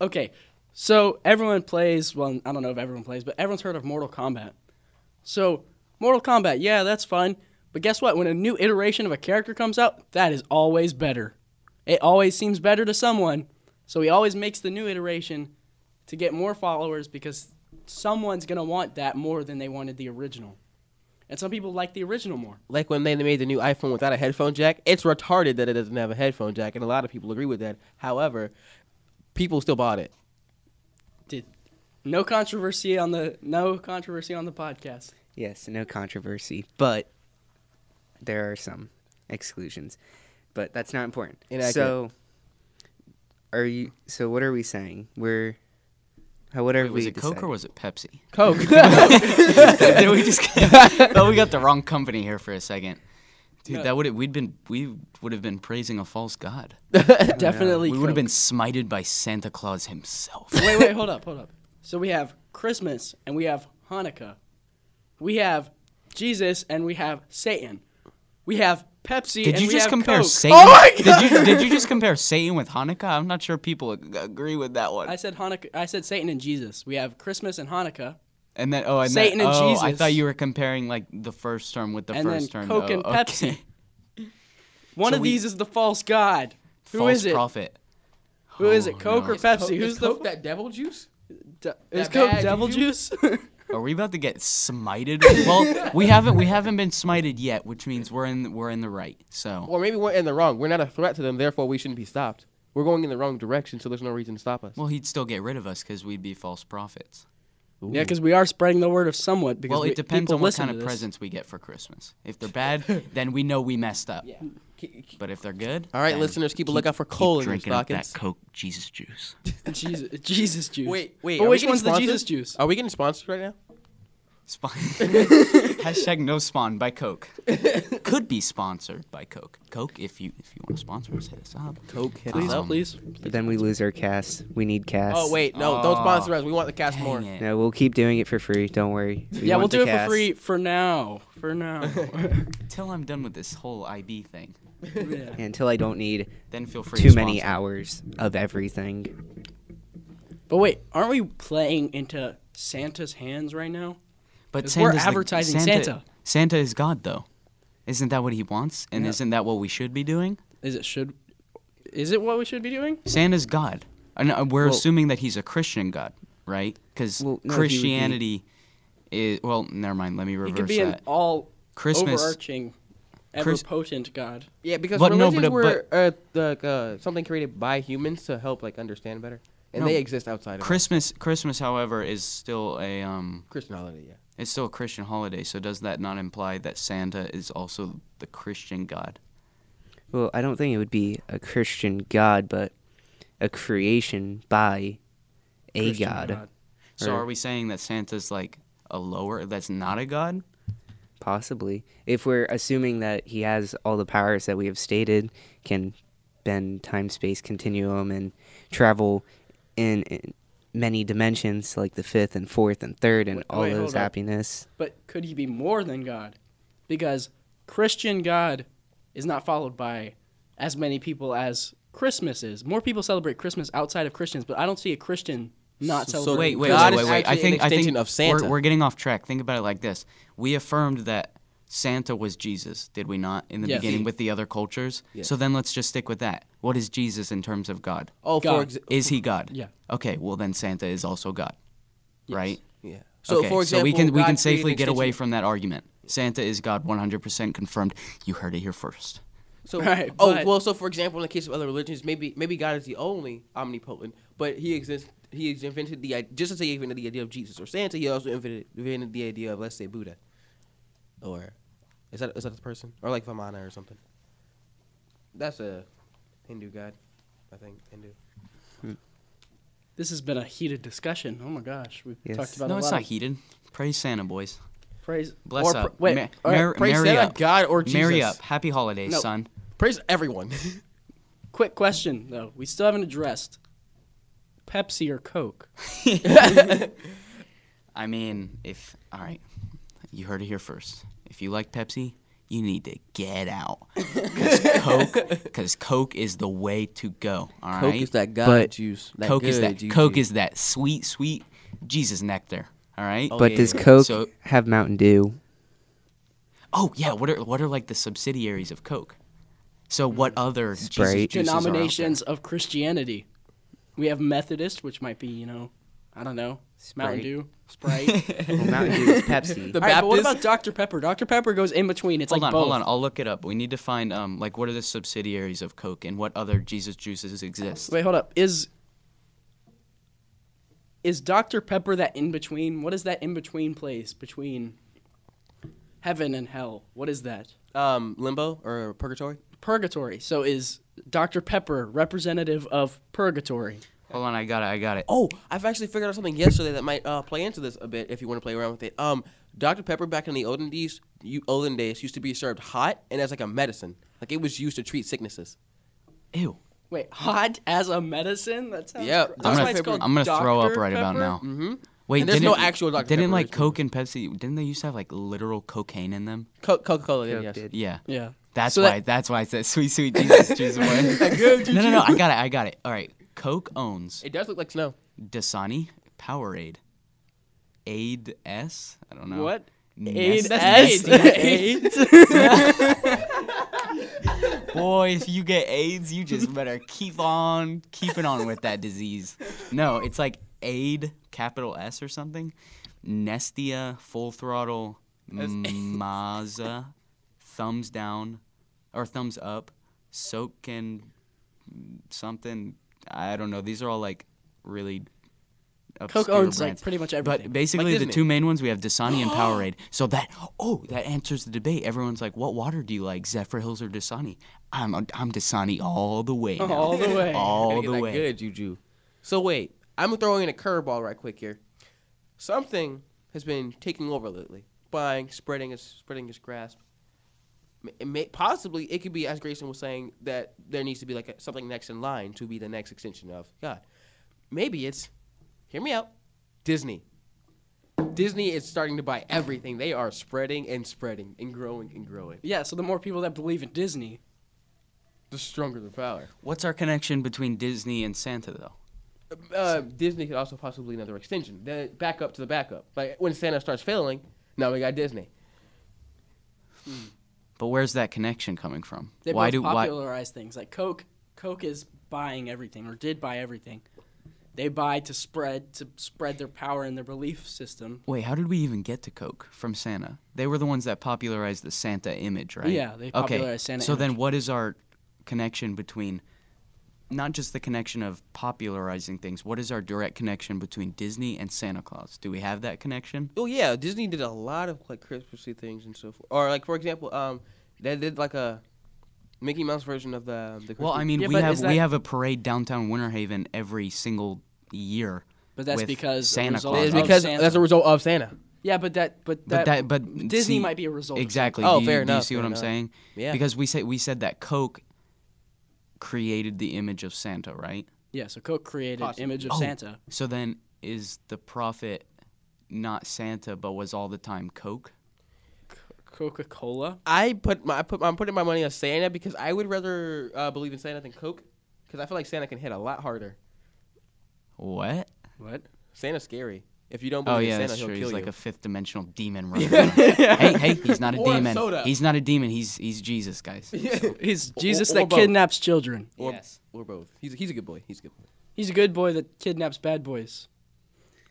[SPEAKER 3] Okay, so everyone plays. Well, I don't know if everyone plays, but everyone's heard of Mortal Kombat. So Mortal Kombat, yeah, that's fun. But guess what? When a new iteration of a character comes out, that is always better. It always seems better to someone. So he always makes the new iteration to get more followers because someone's gonna want that more than they wanted the original. And some people like the original more.
[SPEAKER 2] like when they made the new iPhone without a headphone jack, it's retarded that it doesn't have a headphone jack, and a lot of people agree with that. However, people still bought it.
[SPEAKER 3] Did no controversy on the no controversy on the podcast.
[SPEAKER 1] Yes, no controversy, but there are some exclusions. But that's not important.
[SPEAKER 2] Inaccurate.
[SPEAKER 1] So are you so what are we saying? We're how what are
[SPEAKER 4] Wait,
[SPEAKER 1] we
[SPEAKER 4] was it Coke
[SPEAKER 1] deciding?
[SPEAKER 4] or was it Pepsi?
[SPEAKER 2] Coke.
[SPEAKER 4] Did we just get, thought we got the wrong company here for a second. Dude,
[SPEAKER 3] No.
[SPEAKER 4] that would have we'd been we would have been praising a false god.
[SPEAKER 3] Definitely.
[SPEAKER 4] We would have
[SPEAKER 3] Coke.
[SPEAKER 4] been smited by Santa Claus himself.
[SPEAKER 3] wait, wait, hold up, hold up. So we have Christmas and we have Hanukkah. We have Jesus and we have Satan. We have Pepsi
[SPEAKER 4] Did
[SPEAKER 3] and
[SPEAKER 4] you
[SPEAKER 3] we
[SPEAKER 4] just
[SPEAKER 3] have
[SPEAKER 4] compare
[SPEAKER 3] Coke. Oh
[SPEAKER 4] Satan? Did you, did you just compare Satan with Hanukkah? I'm not sure people ag- agree with that one.
[SPEAKER 3] I said Hanukkah. I said Satan and Jesus. We have Christmas and Hanukkah,
[SPEAKER 4] and then oh, and
[SPEAKER 3] Satan
[SPEAKER 4] then,
[SPEAKER 3] and
[SPEAKER 4] oh, I
[SPEAKER 3] Jesus.
[SPEAKER 4] thought you were comparing like the first term with the
[SPEAKER 3] and then
[SPEAKER 4] first term.
[SPEAKER 3] Coke
[SPEAKER 4] Oh,
[SPEAKER 3] and
[SPEAKER 4] okay.
[SPEAKER 3] Pepsi. One
[SPEAKER 4] So
[SPEAKER 3] of
[SPEAKER 4] we-
[SPEAKER 3] these is the false god. Who is
[SPEAKER 4] False
[SPEAKER 3] it?
[SPEAKER 4] prophet.
[SPEAKER 3] Who is
[SPEAKER 4] Oh,
[SPEAKER 3] it? Coke
[SPEAKER 4] no.
[SPEAKER 3] or Pepsi? Who's the
[SPEAKER 2] that devil juice?
[SPEAKER 3] de- is
[SPEAKER 2] that
[SPEAKER 3] Coke
[SPEAKER 2] bad
[SPEAKER 3] Devil
[SPEAKER 2] juju?
[SPEAKER 3] Juice?
[SPEAKER 4] Are we about to get smited? well, we haven't we haven't been smited yet, which means we're in we're in the right. So
[SPEAKER 2] Or maybe we're in the wrong. We're not a threat to them, therefore we shouldn't be stopped. We're going in the wrong direction, so there's no reason to stop us.
[SPEAKER 4] well, he'd still get rid of us because we'd be false prophets.
[SPEAKER 3] yeah, because we are spreading the word of somewhat. Because
[SPEAKER 4] Well,
[SPEAKER 3] we,
[SPEAKER 4] it depends
[SPEAKER 3] people
[SPEAKER 4] on what
[SPEAKER 3] listen
[SPEAKER 4] kind of
[SPEAKER 3] to this.
[SPEAKER 4] presents we get for Christmas. If they're bad, then we know we messed up. Yeah. But if they're good,
[SPEAKER 2] All right,
[SPEAKER 4] then
[SPEAKER 2] listeners, keep a
[SPEAKER 4] keep-
[SPEAKER 2] lookout for
[SPEAKER 4] keep
[SPEAKER 2] coal in your
[SPEAKER 4] drinking up
[SPEAKER 2] stockings.
[SPEAKER 4] that Coke Jesus juice.
[SPEAKER 3] Jesus, Jesus juice.
[SPEAKER 2] Wait, wait.
[SPEAKER 3] But
[SPEAKER 2] are we
[SPEAKER 3] which
[SPEAKER 2] getting
[SPEAKER 3] one's the
[SPEAKER 2] sponsored?
[SPEAKER 3] Jesus juice?
[SPEAKER 2] Are we getting sponsored right now?
[SPEAKER 4] Spawn. Hashtag no spawn by Coke. Could be sponsored by Coke. Coke, if you if you want to sponsor us, hit us up.
[SPEAKER 2] Coke. Hit
[SPEAKER 3] Please,
[SPEAKER 2] us up.
[SPEAKER 3] please.
[SPEAKER 1] But then we lose our cast. We need cast.
[SPEAKER 2] Oh wait, no, don't sponsor us. We want the cast more.
[SPEAKER 4] Dang it.
[SPEAKER 1] No, we'll keep doing it for free. Don't worry. We
[SPEAKER 3] yeah, we'll
[SPEAKER 1] want
[SPEAKER 3] do
[SPEAKER 1] the
[SPEAKER 3] it
[SPEAKER 1] cast.
[SPEAKER 3] for free for now. For now.
[SPEAKER 4] Till I'm done with this whole IB thing,
[SPEAKER 3] yeah.
[SPEAKER 1] until I don't need
[SPEAKER 4] then feel free.
[SPEAKER 1] too
[SPEAKER 4] to
[SPEAKER 1] many
[SPEAKER 4] sponsor.
[SPEAKER 1] hours of everything.
[SPEAKER 3] But wait, aren't we playing into Santa's hands right now?
[SPEAKER 4] But
[SPEAKER 3] 'Cause we're
[SPEAKER 4] Santa's the-
[SPEAKER 3] advertising Santa.
[SPEAKER 4] Santa is God, though. Isn't that what he wants? And
[SPEAKER 3] Yeah.
[SPEAKER 4] isn't that what we should be doing?
[SPEAKER 3] Is it should is it what we should be doing?
[SPEAKER 4] Santa's God. And uh, we're
[SPEAKER 1] Well-
[SPEAKER 4] assuming that he's a Christian God, right? Because
[SPEAKER 1] Well, no, he would be-
[SPEAKER 4] Christianity is well. Never mind. Let me reverse
[SPEAKER 3] He could be
[SPEAKER 4] that.
[SPEAKER 3] an all
[SPEAKER 4] Christmas-
[SPEAKER 3] overarching ever
[SPEAKER 4] Chris-
[SPEAKER 3] potent god.
[SPEAKER 2] Yeah, because
[SPEAKER 4] But no,
[SPEAKER 2] religions
[SPEAKER 4] but-
[SPEAKER 2] were uh, the, uh, something created by humans to help like understand better, and
[SPEAKER 4] No.
[SPEAKER 2] they exist outside of us.
[SPEAKER 4] Christmas, Christmas, however, is still a um,
[SPEAKER 2] Christianity. Yeah.
[SPEAKER 4] It's still a Christian holiday, so does that not imply that Santa is also the Christian God?
[SPEAKER 1] Well, I don't think it would be a Christian god, but a creation by a
[SPEAKER 3] Christian
[SPEAKER 1] god.
[SPEAKER 4] So
[SPEAKER 1] Or-
[SPEAKER 4] are we saying that Santa's like a lower that's not a god?
[SPEAKER 1] Possibly. If we're assuming that he has all the powers that we have stated, can bend time space continuum and travel in, in many dimensions, like the fifth and fourth and third and
[SPEAKER 3] Wait,
[SPEAKER 1] all
[SPEAKER 3] wait,
[SPEAKER 1] those
[SPEAKER 3] hold up.
[SPEAKER 1] happiness.
[SPEAKER 3] But could he be more than God? because Christian God is not followed by as many people as Christmas is. More people celebrate Christmas outside of Christians, but I don't see a Christian not
[SPEAKER 2] So- so
[SPEAKER 3] celebrating.
[SPEAKER 4] Wait, wait,
[SPEAKER 2] God
[SPEAKER 4] wait,
[SPEAKER 2] is
[SPEAKER 4] wait, wait. I
[SPEAKER 2] actually an
[SPEAKER 4] think I think
[SPEAKER 2] extension of Santa.
[SPEAKER 4] We're, we're getting off track. Think about it like this: We affirmed that Santa was Jesus, did we not, in the
[SPEAKER 3] Yes.
[SPEAKER 4] beginning with the other cultures? So then let's just stick with that. What is Jesus in terms of God?
[SPEAKER 2] Oh, for
[SPEAKER 3] God.
[SPEAKER 2] example,
[SPEAKER 4] Is he God?
[SPEAKER 3] Yeah.
[SPEAKER 4] Okay, well then Santa is also God, right?
[SPEAKER 2] yeah. So
[SPEAKER 4] okay,
[SPEAKER 2] for example,
[SPEAKER 4] so we can we
[SPEAKER 2] God
[SPEAKER 4] can
[SPEAKER 2] created
[SPEAKER 4] safely
[SPEAKER 2] an
[SPEAKER 4] get away
[SPEAKER 2] extension-
[SPEAKER 4] from that argument. Santa is God, 100% confirmed. You heard it here first.
[SPEAKER 2] So
[SPEAKER 3] Right,
[SPEAKER 2] oh
[SPEAKER 3] but-
[SPEAKER 2] well, so for example, in the case of other religions, maybe maybe God is the only omnipotent, but he exists. He has invented the i- just as he invented the idea of Jesus or Santa. He also invented, invented the idea of let's say Buddha, or is that is that the person or like Vamana or something? That's a Hindu god, I think Hindu.
[SPEAKER 3] This has been a heated discussion. Oh my gosh, we've
[SPEAKER 1] Yes.
[SPEAKER 3] talked about
[SPEAKER 4] no,
[SPEAKER 3] a
[SPEAKER 4] it's
[SPEAKER 3] lot
[SPEAKER 4] not
[SPEAKER 3] of
[SPEAKER 4] heated. Praise Santa, boys.
[SPEAKER 3] praise.
[SPEAKER 4] Bless
[SPEAKER 2] Or
[SPEAKER 4] up.
[SPEAKER 2] pr- wait,
[SPEAKER 4] Ma-
[SPEAKER 2] all right,
[SPEAKER 4] mar-
[SPEAKER 2] praise
[SPEAKER 4] marry
[SPEAKER 2] Santa,
[SPEAKER 4] up.
[SPEAKER 2] God, or
[SPEAKER 4] Marry
[SPEAKER 2] Jesus.
[SPEAKER 4] up. Happy holidays,
[SPEAKER 3] No.
[SPEAKER 4] son.
[SPEAKER 2] Praise everyone.
[SPEAKER 3] Quick question though, we still haven't addressed Pepsi or Coke.
[SPEAKER 4] I mean, if all right, you heard it here first. If you like Pepsi, you need to get out because Coke, because Coke is the way to go. All right,
[SPEAKER 2] that God
[SPEAKER 1] But
[SPEAKER 2] juice.
[SPEAKER 4] Coke is that Coke is that sweet, sweet Jesus nectar. All right.
[SPEAKER 2] Oh,
[SPEAKER 1] but
[SPEAKER 2] yeah,
[SPEAKER 1] does
[SPEAKER 2] yeah.
[SPEAKER 1] Coke
[SPEAKER 4] So-
[SPEAKER 1] have Mountain Dew?
[SPEAKER 4] Oh yeah, what are what are like the subsidiaries of Coke? So what other Jesus
[SPEAKER 1] Sprite.
[SPEAKER 4] juices are out there?
[SPEAKER 3] denominations of Christianity. We have Methodist, which might be, you know, I don't know, Mountain
[SPEAKER 1] Sprite.
[SPEAKER 3] Dew, Sprite.
[SPEAKER 1] Well, Mountain Dew is Pepsi.
[SPEAKER 2] The
[SPEAKER 3] All right, but what
[SPEAKER 2] Baptist-
[SPEAKER 3] about Dr. Pepper? Dr. Pepper goes in between. It's
[SPEAKER 4] Hold
[SPEAKER 3] like
[SPEAKER 4] on,
[SPEAKER 3] both.
[SPEAKER 4] hold on. I'll look it up. We need to find um like what are the subsidiaries of Coke and what other Jesus juices exist.
[SPEAKER 3] Wait, hold up. Is is Dr. Pepper that in between? What is that in between place between heaven and hell? What is that?
[SPEAKER 2] um limbo or purgatory.
[SPEAKER 3] Purgatory. So is Dr. Pepper representative of purgatory?
[SPEAKER 4] Hold on, I got it. I got it.
[SPEAKER 2] Oh, I've actually figured out something yesterday that might uh, play into this a bit if you want to play around with it. Um, Dr. Pepper back in the olden days, you, olden days used to be served hot and as like a medicine. Like it was used to treat sicknesses.
[SPEAKER 4] Ew.
[SPEAKER 3] Wait, hot as a medicine? That sounds
[SPEAKER 2] Yeah,
[SPEAKER 3] cr-
[SPEAKER 2] I'm
[SPEAKER 3] that's
[SPEAKER 4] I'm
[SPEAKER 3] why
[SPEAKER 4] gonna,
[SPEAKER 3] it's called
[SPEAKER 4] I'm gonna throw up
[SPEAKER 3] Dr.
[SPEAKER 4] right about
[SPEAKER 3] Pepper?
[SPEAKER 4] now. Mm-hmm. Wait,
[SPEAKER 2] And there's no
[SPEAKER 4] didn't-
[SPEAKER 2] actual Dr.
[SPEAKER 4] Didn't
[SPEAKER 2] Pepper
[SPEAKER 4] like
[SPEAKER 2] version.
[SPEAKER 4] Coke and Pepsi? Didn't they used to have like literal cocaine in them?
[SPEAKER 2] Co- Coca Cola,
[SPEAKER 1] Coke
[SPEAKER 2] yes.
[SPEAKER 1] did.
[SPEAKER 4] Yeah.
[SPEAKER 3] Yeah.
[SPEAKER 4] That's
[SPEAKER 3] So that-
[SPEAKER 4] why. that's why it says sweet, sweet Jesus juice. boy. no, no, no. I got it. I got it. All right. Coke owns
[SPEAKER 2] It does look like snow.
[SPEAKER 4] Dasani, Powerade, Aid S. I don't know.
[SPEAKER 3] What?
[SPEAKER 4] Nest-
[SPEAKER 3] AIDS. AIDS.
[SPEAKER 4] Boy, if you get AIDS, you just better keep on keeping on with that disease. No, it's like aid, capital S or something. Nestia, full throttle, Mazza, thumbs down, or thumbs up, soak and something. I don't know. These are all like really.
[SPEAKER 3] Coke
[SPEAKER 4] obscure
[SPEAKER 3] owns like
[SPEAKER 4] brands.
[SPEAKER 3] pretty much
[SPEAKER 4] But
[SPEAKER 3] everything.
[SPEAKER 4] basically, the
[SPEAKER 2] Disney.
[SPEAKER 4] two main ones we have Dasani and Powerade. So that oh, that answers the debate. Everyone's like, "What water do you like, Zephyr Hills or Dasani?" I'm I'm Dasani all the way. now.
[SPEAKER 3] All the way.
[SPEAKER 4] All
[SPEAKER 2] Gotta get
[SPEAKER 4] the
[SPEAKER 2] that
[SPEAKER 4] way.
[SPEAKER 2] Good juju. So wait, I'm throwing in a curveball right quick here. Something has been taking over lately, buying, spreading its spreading its grasp. M- It may, possibly, it could be as Grayson was saying that there needs to be like a, something next in line to be the next extension of God. Maybe it's, hear me out, Disney. Disney is starting to buy everything. They are spreading and spreading and growing and growing.
[SPEAKER 3] yeah, so the more people that believe in Disney,
[SPEAKER 2] The stronger the power.
[SPEAKER 4] What's our connection between Disney and Santa though?
[SPEAKER 2] uh, Disney could also possibly another extension. The backup to the backup. Like when Santa starts failing, now we got Disney.
[SPEAKER 4] But where's that connection coming from?
[SPEAKER 3] they
[SPEAKER 4] why
[SPEAKER 3] both
[SPEAKER 4] do why?
[SPEAKER 3] popularize things. Like Coke, Coke is buying everything or did buy everything. They buy to spread to spread their power and their belief system.
[SPEAKER 4] Wait, how did we even get to Coke from Santa? They were the ones that popularized the Santa image, right?
[SPEAKER 3] Yeah, they popularized Santa
[SPEAKER 4] So then,
[SPEAKER 3] image.
[SPEAKER 4] what is our connection between? Not just the connection of popularizing things. What is our direct connection between Disney and Santa Claus? Do we have that connection?
[SPEAKER 2] Oh yeah, Disney did a lot of like Christmassy things and so forth. Or like for example, um, they did like a Mickey Mouse version of the um, the.
[SPEAKER 4] Well, I
[SPEAKER 2] Christmas-
[SPEAKER 4] mean,
[SPEAKER 3] Yeah,
[SPEAKER 4] we
[SPEAKER 3] but
[SPEAKER 4] have
[SPEAKER 3] is
[SPEAKER 4] we
[SPEAKER 3] that-
[SPEAKER 4] have a parade downtown Winter Haven every single year.
[SPEAKER 3] But that's
[SPEAKER 4] with
[SPEAKER 3] because a
[SPEAKER 4] Santa
[SPEAKER 3] result
[SPEAKER 4] Claus.
[SPEAKER 2] it's
[SPEAKER 3] of
[SPEAKER 2] because
[SPEAKER 3] Santa.
[SPEAKER 2] that's a result of Santa.
[SPEAKER 3] Yeah, but that but that,
[SPEAKER 4] but that, but
[SPEAKER 3] Disney
[SPEAKER 4] see-
[SPEAKER 3] might be a result. of
[SPEAKER 4] Exactly.
[SPEAKER 2] Oh,
[SPEAKER 4] do you,
[SPEAKER 2] fair
[SPEAKER 4] do you
[SPEAKER 2] enough,
[SPEAKER 4] see what
[SPEAKER 2] fair
[SPEAKER 4] I'm
[SPEAKER 2] enough.
[SPEAKER 4] saying?
[SPEAKER 2] Yeah.
[SPEAKER 4] Because we said we said that Coke created the image of Santa, right?
[SPEAKER 3] Santa. yeah, so Coke created
[SPEAKER 2] Possibly.
[SPEAKER 3] image of
[SPEAKER 4] Oh.
[SPEAKER 3] Santa.
[SPEAKER 4] So then, is the prophet not Santa, but was all the time Coke?
[SPEAKER 3] Coca Cola.
[SPEAKER 2] I put my I put I'm putting my money on Santa because I would rather uh, believe in Santa than Coke because I feel like Santa can hit a lot harder.
[SPEAKER 4] What?
[SPEAKER 3] What?
[SPEAKER 2] Santa's scary. If you don't believe
[SPEAKER 4] Oh
[SPEAKER 2] in
[SPEAKER 4] yeah,
[SPEAKER 2] Santa,
[SPEAKER 4] that's
[SPEAKER 2] he'll
[SPEAKER 4] true.
[SPEAKER 2] kill
[SPEAKER 4] He's
[SPEAKER 2] you.
[SPEAKER 4] like a fifth dimensional demon. Running around. hey, hey, he's not a
[SPEAKER 2] Or a
[SPEAKER 4] demon.
[SPEAKER 2] soda.
[SPEAKER 4] He's not a demon. He's he's Jesus, guys.
[SPEAKER 3] He's
[SPEAKER 2] Or-
[SPEAKER 3] Jesus
[SPEAKER 2] or
[SPEAKER 3] that
[SPEAKER 2] both.
[SPEAKER 3] kidnaps children.
[SPEAKER 2] or,
[SPEAKER 4] Yes.
[SPEAKER 2] or both. He's he's a good boy. He's a good boy.
[SPEAKER 3] He's a good boy that kidnaps bad boys,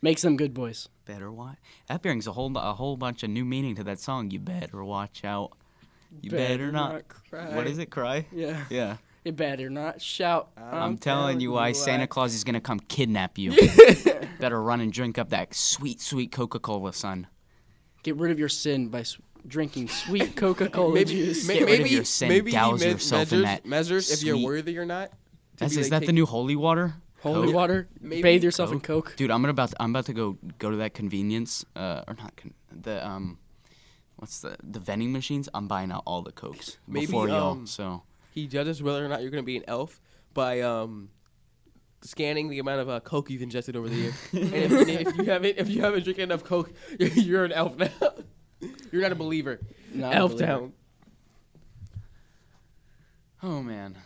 [SPEAKER 3] makes them good boys.
[SPEAKER 4] Better watch. That brings a whole a whole bunch of new meaning to that song. You better watch out. You better, not.
[SPEAKER 3] cry.
[SPEAKER 4] What is it? Cry.
[SPEAKER 3] Yeah.
[SPEAKER 4] Yeah.
[SPEAKER 3] You better not shout.
[SPEAKER 4] I'm, telling you why Santa Claus is gonna come kidnap you. better run and drink up that sweet, sweet Coca-Cola, son.
[SPEAKER 3] Get rid of your sin by s- drinking sweet Coca Cola juice.
[SPEAKER 4] Oh, Get rid of your sin, douse
[SPEAKER 2] me-
[SPEAKER 4] yourself in
[SPEAKER 2] measures,
[SPEAKER 4] that
[SPEAKER 2] measures if you're
[SPEAKER 4] sweet-
[SPEAKER 2] worthy or not. to
[SPEAKER 4] That's,
[SPEAKER 2] be,
[SPEAKER 4] is
[SPEAKER 2] like,
[SPEAKER 4] that the
[SPEAKER 2] taken-
[SPEAKER 4] new holy water?
[SPEAKER 3] Holy
[SPEAKER 4] Coke?
[SPEAKER 3] water.
[SPEAKER 2] Maybe
[SPEAKER 3] Bathe yourself in Coke.
[SPEAKER 4] Dude, I'm gonna about to, I'm about to go go to that convenience uh, or not con- the um what's the the vending machines. I'm buying out all the cokes
[SPEAKER 2] Maybe,
[SPEAKER 4] before y'all.
[SPEAKER 2] um,
[SPEAKER 4] So
[SPEAKER 2] He judges whether or not you're going to be an elf by um, scanning the amount of uh, Coke you've ingested over the year. and if, if you haven't, if you haven't drinking enough Coke, you're an elf now. you're not a believer.
[SPEAKER 3] Not a
[SPEAKER 2] elf
[SPEAKER 3] believer.
[SPEAKER 2] town.
[SPEAKER 4] oh man,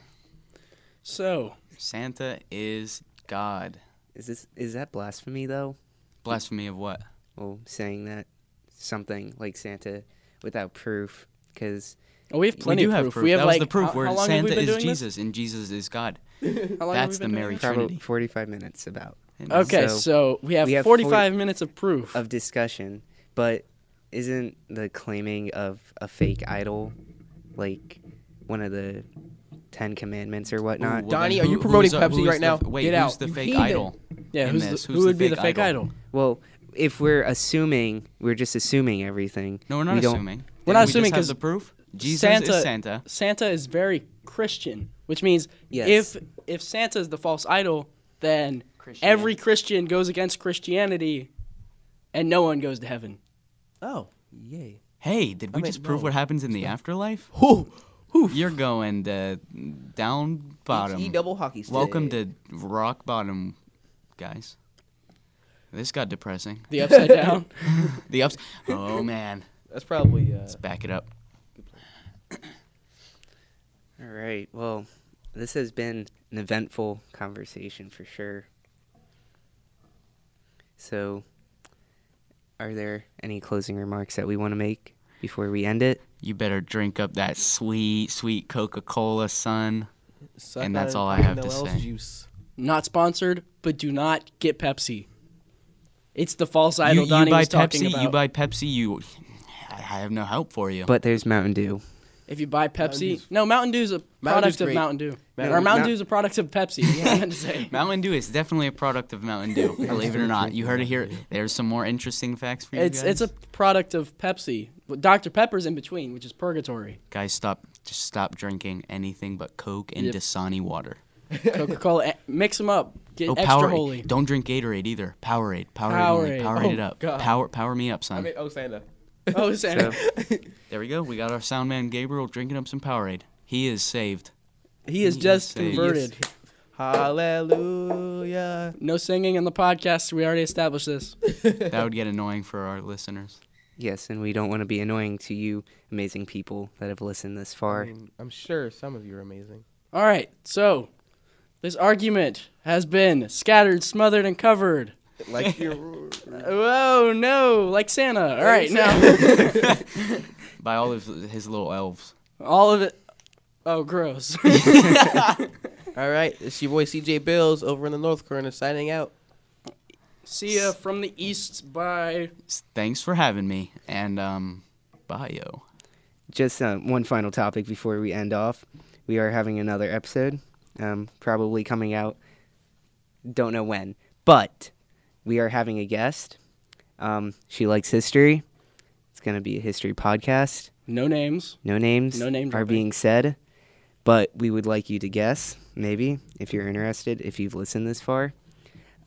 [SPEAKER 3] So,
[SPEAKER 4] Santa is God.
[SPEAKER 1] Is this is that blasphemy though?
[SPEAKER 4] Blasphemy of what?
[SPEAKER 1] Well, saying that something like Santa without proof, because
[SPEAKER 3] oh, we have plenty
[SPEAKER 4] we do
[SPEAKER 3] of proof.
[SPEAKER 4] have proof.
[SPEAKER 3] We have
[SPEAKER 4] that
[SPEAKER 3] like
[SPEAKER 4] was the proof
[SPEAKER 3] How,
[SPEAKER 4] where
[SPEAKER 3] how long have we
[SPEAKER 4] Santa
[SPEAKER 3] been
[SPEAKER 4] is
[SPEAKER 3] doing this?
[SPEAKER 4] Jesus and Jesus is God.
[SPEAKER 3] How long have
[SPEAKER 4] That's
[SPEAKER 3] we
[SPEAKER 4] the
[SPEAKER 3] been
[SPEAKER 4] Mary
[SPEAKER 3] doing
[SPEAKER 1] probably
[SPEAKER 4] Trinity.
[SPEAKER 1] 45 minutes about
[SPEAKER 4] And
[SPEAKER 3] Okay, so,
[SPEAKER 1] So,
[SPEAKER 3] we have,
[SPEAKER 1] we have
[SPEAKER 3] 45
[SPEAKER 1] 40
[SPEAKER 3] minutes of proof.
[SPEAKER 1] of discussion, but isn't the claiming of a fake idol like one of the Ten Commandments or
[SPEAKER 4] Ooh, well
[SPEAKER 1] whatnot?
[SPEAKER 4] then
[SPEAKER 2] Donnie, are you
[SPEAKER 4] who's
[SPEAKER 2] promoting
[SPEAKER 4] the-
[SPEAKER 2] Pepsi
[SPEAKER 4] who's
[SPEAKER 2] right
[SPEAKER 4] the-
[SPEAKER 2] now?
[SPEAKER 4] Wait,
[SPEAKER 3] Get
[SPEAKER 4] who's
[SPEAKER 3] out,
[SPEAKER 4] the
[SPEAKER 3] you
[SPEAKER 4] fake
[SPEAKER 3] heathen.
[SPEAKER 4] idol?
[SPEAKER 3] yeah,
[SPEAKER 4] in
[SPEAKER 3] who's the,
[SPEAKER 4] this? Who's
[SPEAKER 3] who
[SPEAKER 4] the
[SPEAKER 3] would be the
[SPEAKER 4] fake
[SPEAKER 3] fake idol?
[SPEAKER 4] idol?
[SPEAKER 1] Well, if we're assuming, we're just assuming everything.
[SPEAKER 4] No, we're not
[SPEAKER 1] we don't-
[SPEAKER 4] assuming.
[SPEAKER 3] We're not
[SPEAKER 4] Didn't we just
[SPEAKER 3] assuming
[SPEAKER 4] have
[SPEAKER 3] 'cause
[SPEAKER 4] the proof. Jesus
[SPEAKER 3] Santa-
[SPEAKER 4] is Santa.
[SPEAKER 3] Santa is very Christian, which means
[SPEAKER 1] Yes.
[SPEAKER 3] if if Santa is the false idol, then every Christian goes against Christianity, and no one goes to heaven.
[SPEAKER 2] Oh, yay.
[SPEAKER 4] Hey, did we just prove what happens in the afterlife?
[SPEAKER 2] Who? Who?
[SPEAKER 4] You're going to down bottom.
[SPEAKER 2] E double hockey stick.
[SPEAKER 4] Welcome to rock bottom, guys. This got depressing.
[SPEAKER 3] The upside down.
[SPEAKER 4] The ups. Oh man,
[SPEAKER 2] That's probably. Uh,
[SPEAKER 4] let's back it up.
[SPEAKER 1] All right. Well, this has been an eventful conversation for sure. So, are there any closing remarks that we want to make before we end it?
[SPEAKER 4] You better drink up that sweet, sweet Coca-Cola, son.
[SPEAKER 2] suck
[SPEAKER 4] And
[SPEAKER 2] on
[SPEAKER 4] that's all I
[SPEAKER 2] Papa
[SPEAKER 4] have to
[SPEAKER 2] Noel's
[SPEAKER 4] say.
[SPEAKER 2] Juice.
[SPEAKER 3] not sponsored, but do not get Pepsi. It's the false
[SPEAKER 4] you,
[SPEAKER 3] idol
[SPEAKER 4] you
[SPEAKER 3] Donnie
[SPEAKER 4] buy
[SPEAKER 3] was talking
[SPEAKER 4] Pepsi.
[SPEAKER 3] about.
[SPEAKER 4] You buy Pepsi. You. I have no help for you.
[SPEAKER 1] But there's Mountain Dew.
[SPEAKER 3] if you buy Pepsi,
[SPEAKER 2] Dew's-
[SPEAKER 3] no, Mountain Dew's a
[SPEAKER 2] Mountain Dew's
[SPEAKER 3] product of
[SPEAKER 2] great.
[SPEAKER 3] Mountain Dew,
[SPEAKER 2] Mountain-
[SPEAKER 3] or Mountain
[SPEAKER 1] Mount-
[SPEAKER 3] Dew's a product of Pepsi. Yeah, I meant to say.
[SPEAKER 4] Mountain Dew is definitely a product of Mountain Dew. believe it or not, you heard it here. There's some more interesting facts for you
[SPEAKER 3] It's
[SPEAKER 4] guys.
[SPEAKER 3] it's a product of Pepsi. But Dr Pepper's in between, which is purgatory.
[SPEAKER 4] guys. Stop. Just stop drinking anything but Coke and
[SPEAKER 3] Yep.
[SPEAKER 4] Dasani water.
[SPEAKER 3] Coca Cola, eh, mix them up, get
[SPEAKER 4] Oh,
[SPEAKER 3] extra
[SPEAKER 4] Powerade.
[SPEAKER 3] holy.
[SPEAKER 4] Don't drink Gatorade either. Powerade. Powerade. Only.
[SPEAKER 3] Powerade.
[SPEAKER 4] Powerade it
[SPEAKER 2] Oh,
[SPEAKER 4] up.
[SPEAKER 2] God.
[SPEAKER 4] Power. Power me up, son.
[SPEAKER 2] I mean, oh, Santa.
[SPEAKER 3] Oh, Santa.
[SPEAKER 4] there we go. We got our sound man Gabriel drinking up some Powerade. He is saved.
[SPEAKER 3] He is
[SPEAKER 4] He
[SPEAKER 3] just
[SPEAKER 4] saved.
[SPEAKER 3] converted.
[SPEAKER 2] Hallelujah.
[SPEAKER 3] No singing in the podcast. We already established this.
[SPEAKER 4] That would get annoying for our listeners.
[SPEAKER 1] Yes, and we don't want to be annoying to you amazing people that have listened this
[SPEAKER 2] I
[SPEAKER 1] far.
[SPEAKER 2] mean, I'm sure some of you are amazing.
[SPEAKER 3] All right, so this argument has been scattered, smothered, and covered.
[SPEAKER 2] Like you're.
[SPEAKER 3] Whoa, no, like Santa. All right, now
[SPEAKER 4] By all of his little elves.
[SPEAKER 3] all of it. Oh, gross.
[SPEAKER 2] All right, it's your boy CJ Bills over in the North Corner signing out.
[SPEAKER 3] See ya from the east. Bye.
[SPEAKER 4] S- Thanks for having me. And um, bye, yo.
[SPEAKER 1] Just uh, one final topic before we end off. We are having another episode, um, probably coming out. Don't know when, but we are having a guest. Um, she likes history. It's going to be a history podcast.
[SPEAKER 3] No names.
[SPEAKER 1] No names
[SPEAKER 3] No name
[SPEAKER 1] are
[SPEAKER 3] dropping.
[SPEAKER 1] being said, but we would like you to guess, maybe, if you're interested, if you've listened this far.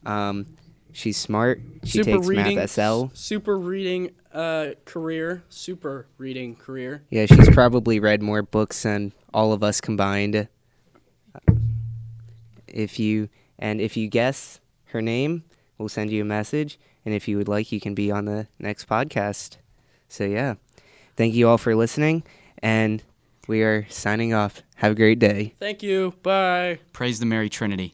[SPEAKER 1] Um, she's smart. She takes Math SL.
[SPEAKER 3] Super reading uh, career. Super reading career.
[SPEAKER 1] Yeah, she's probably read more books than all of us combined. If you and if you guess her name, we'll send you a message. And if you would like, you can be on the next podcast. So yeah, Thank you all for listening, and we are signing off. Have a great day.
[SPEAKER 3] Thank you. Bye.
[SPEAKER 4] Praise the Mary Trinity.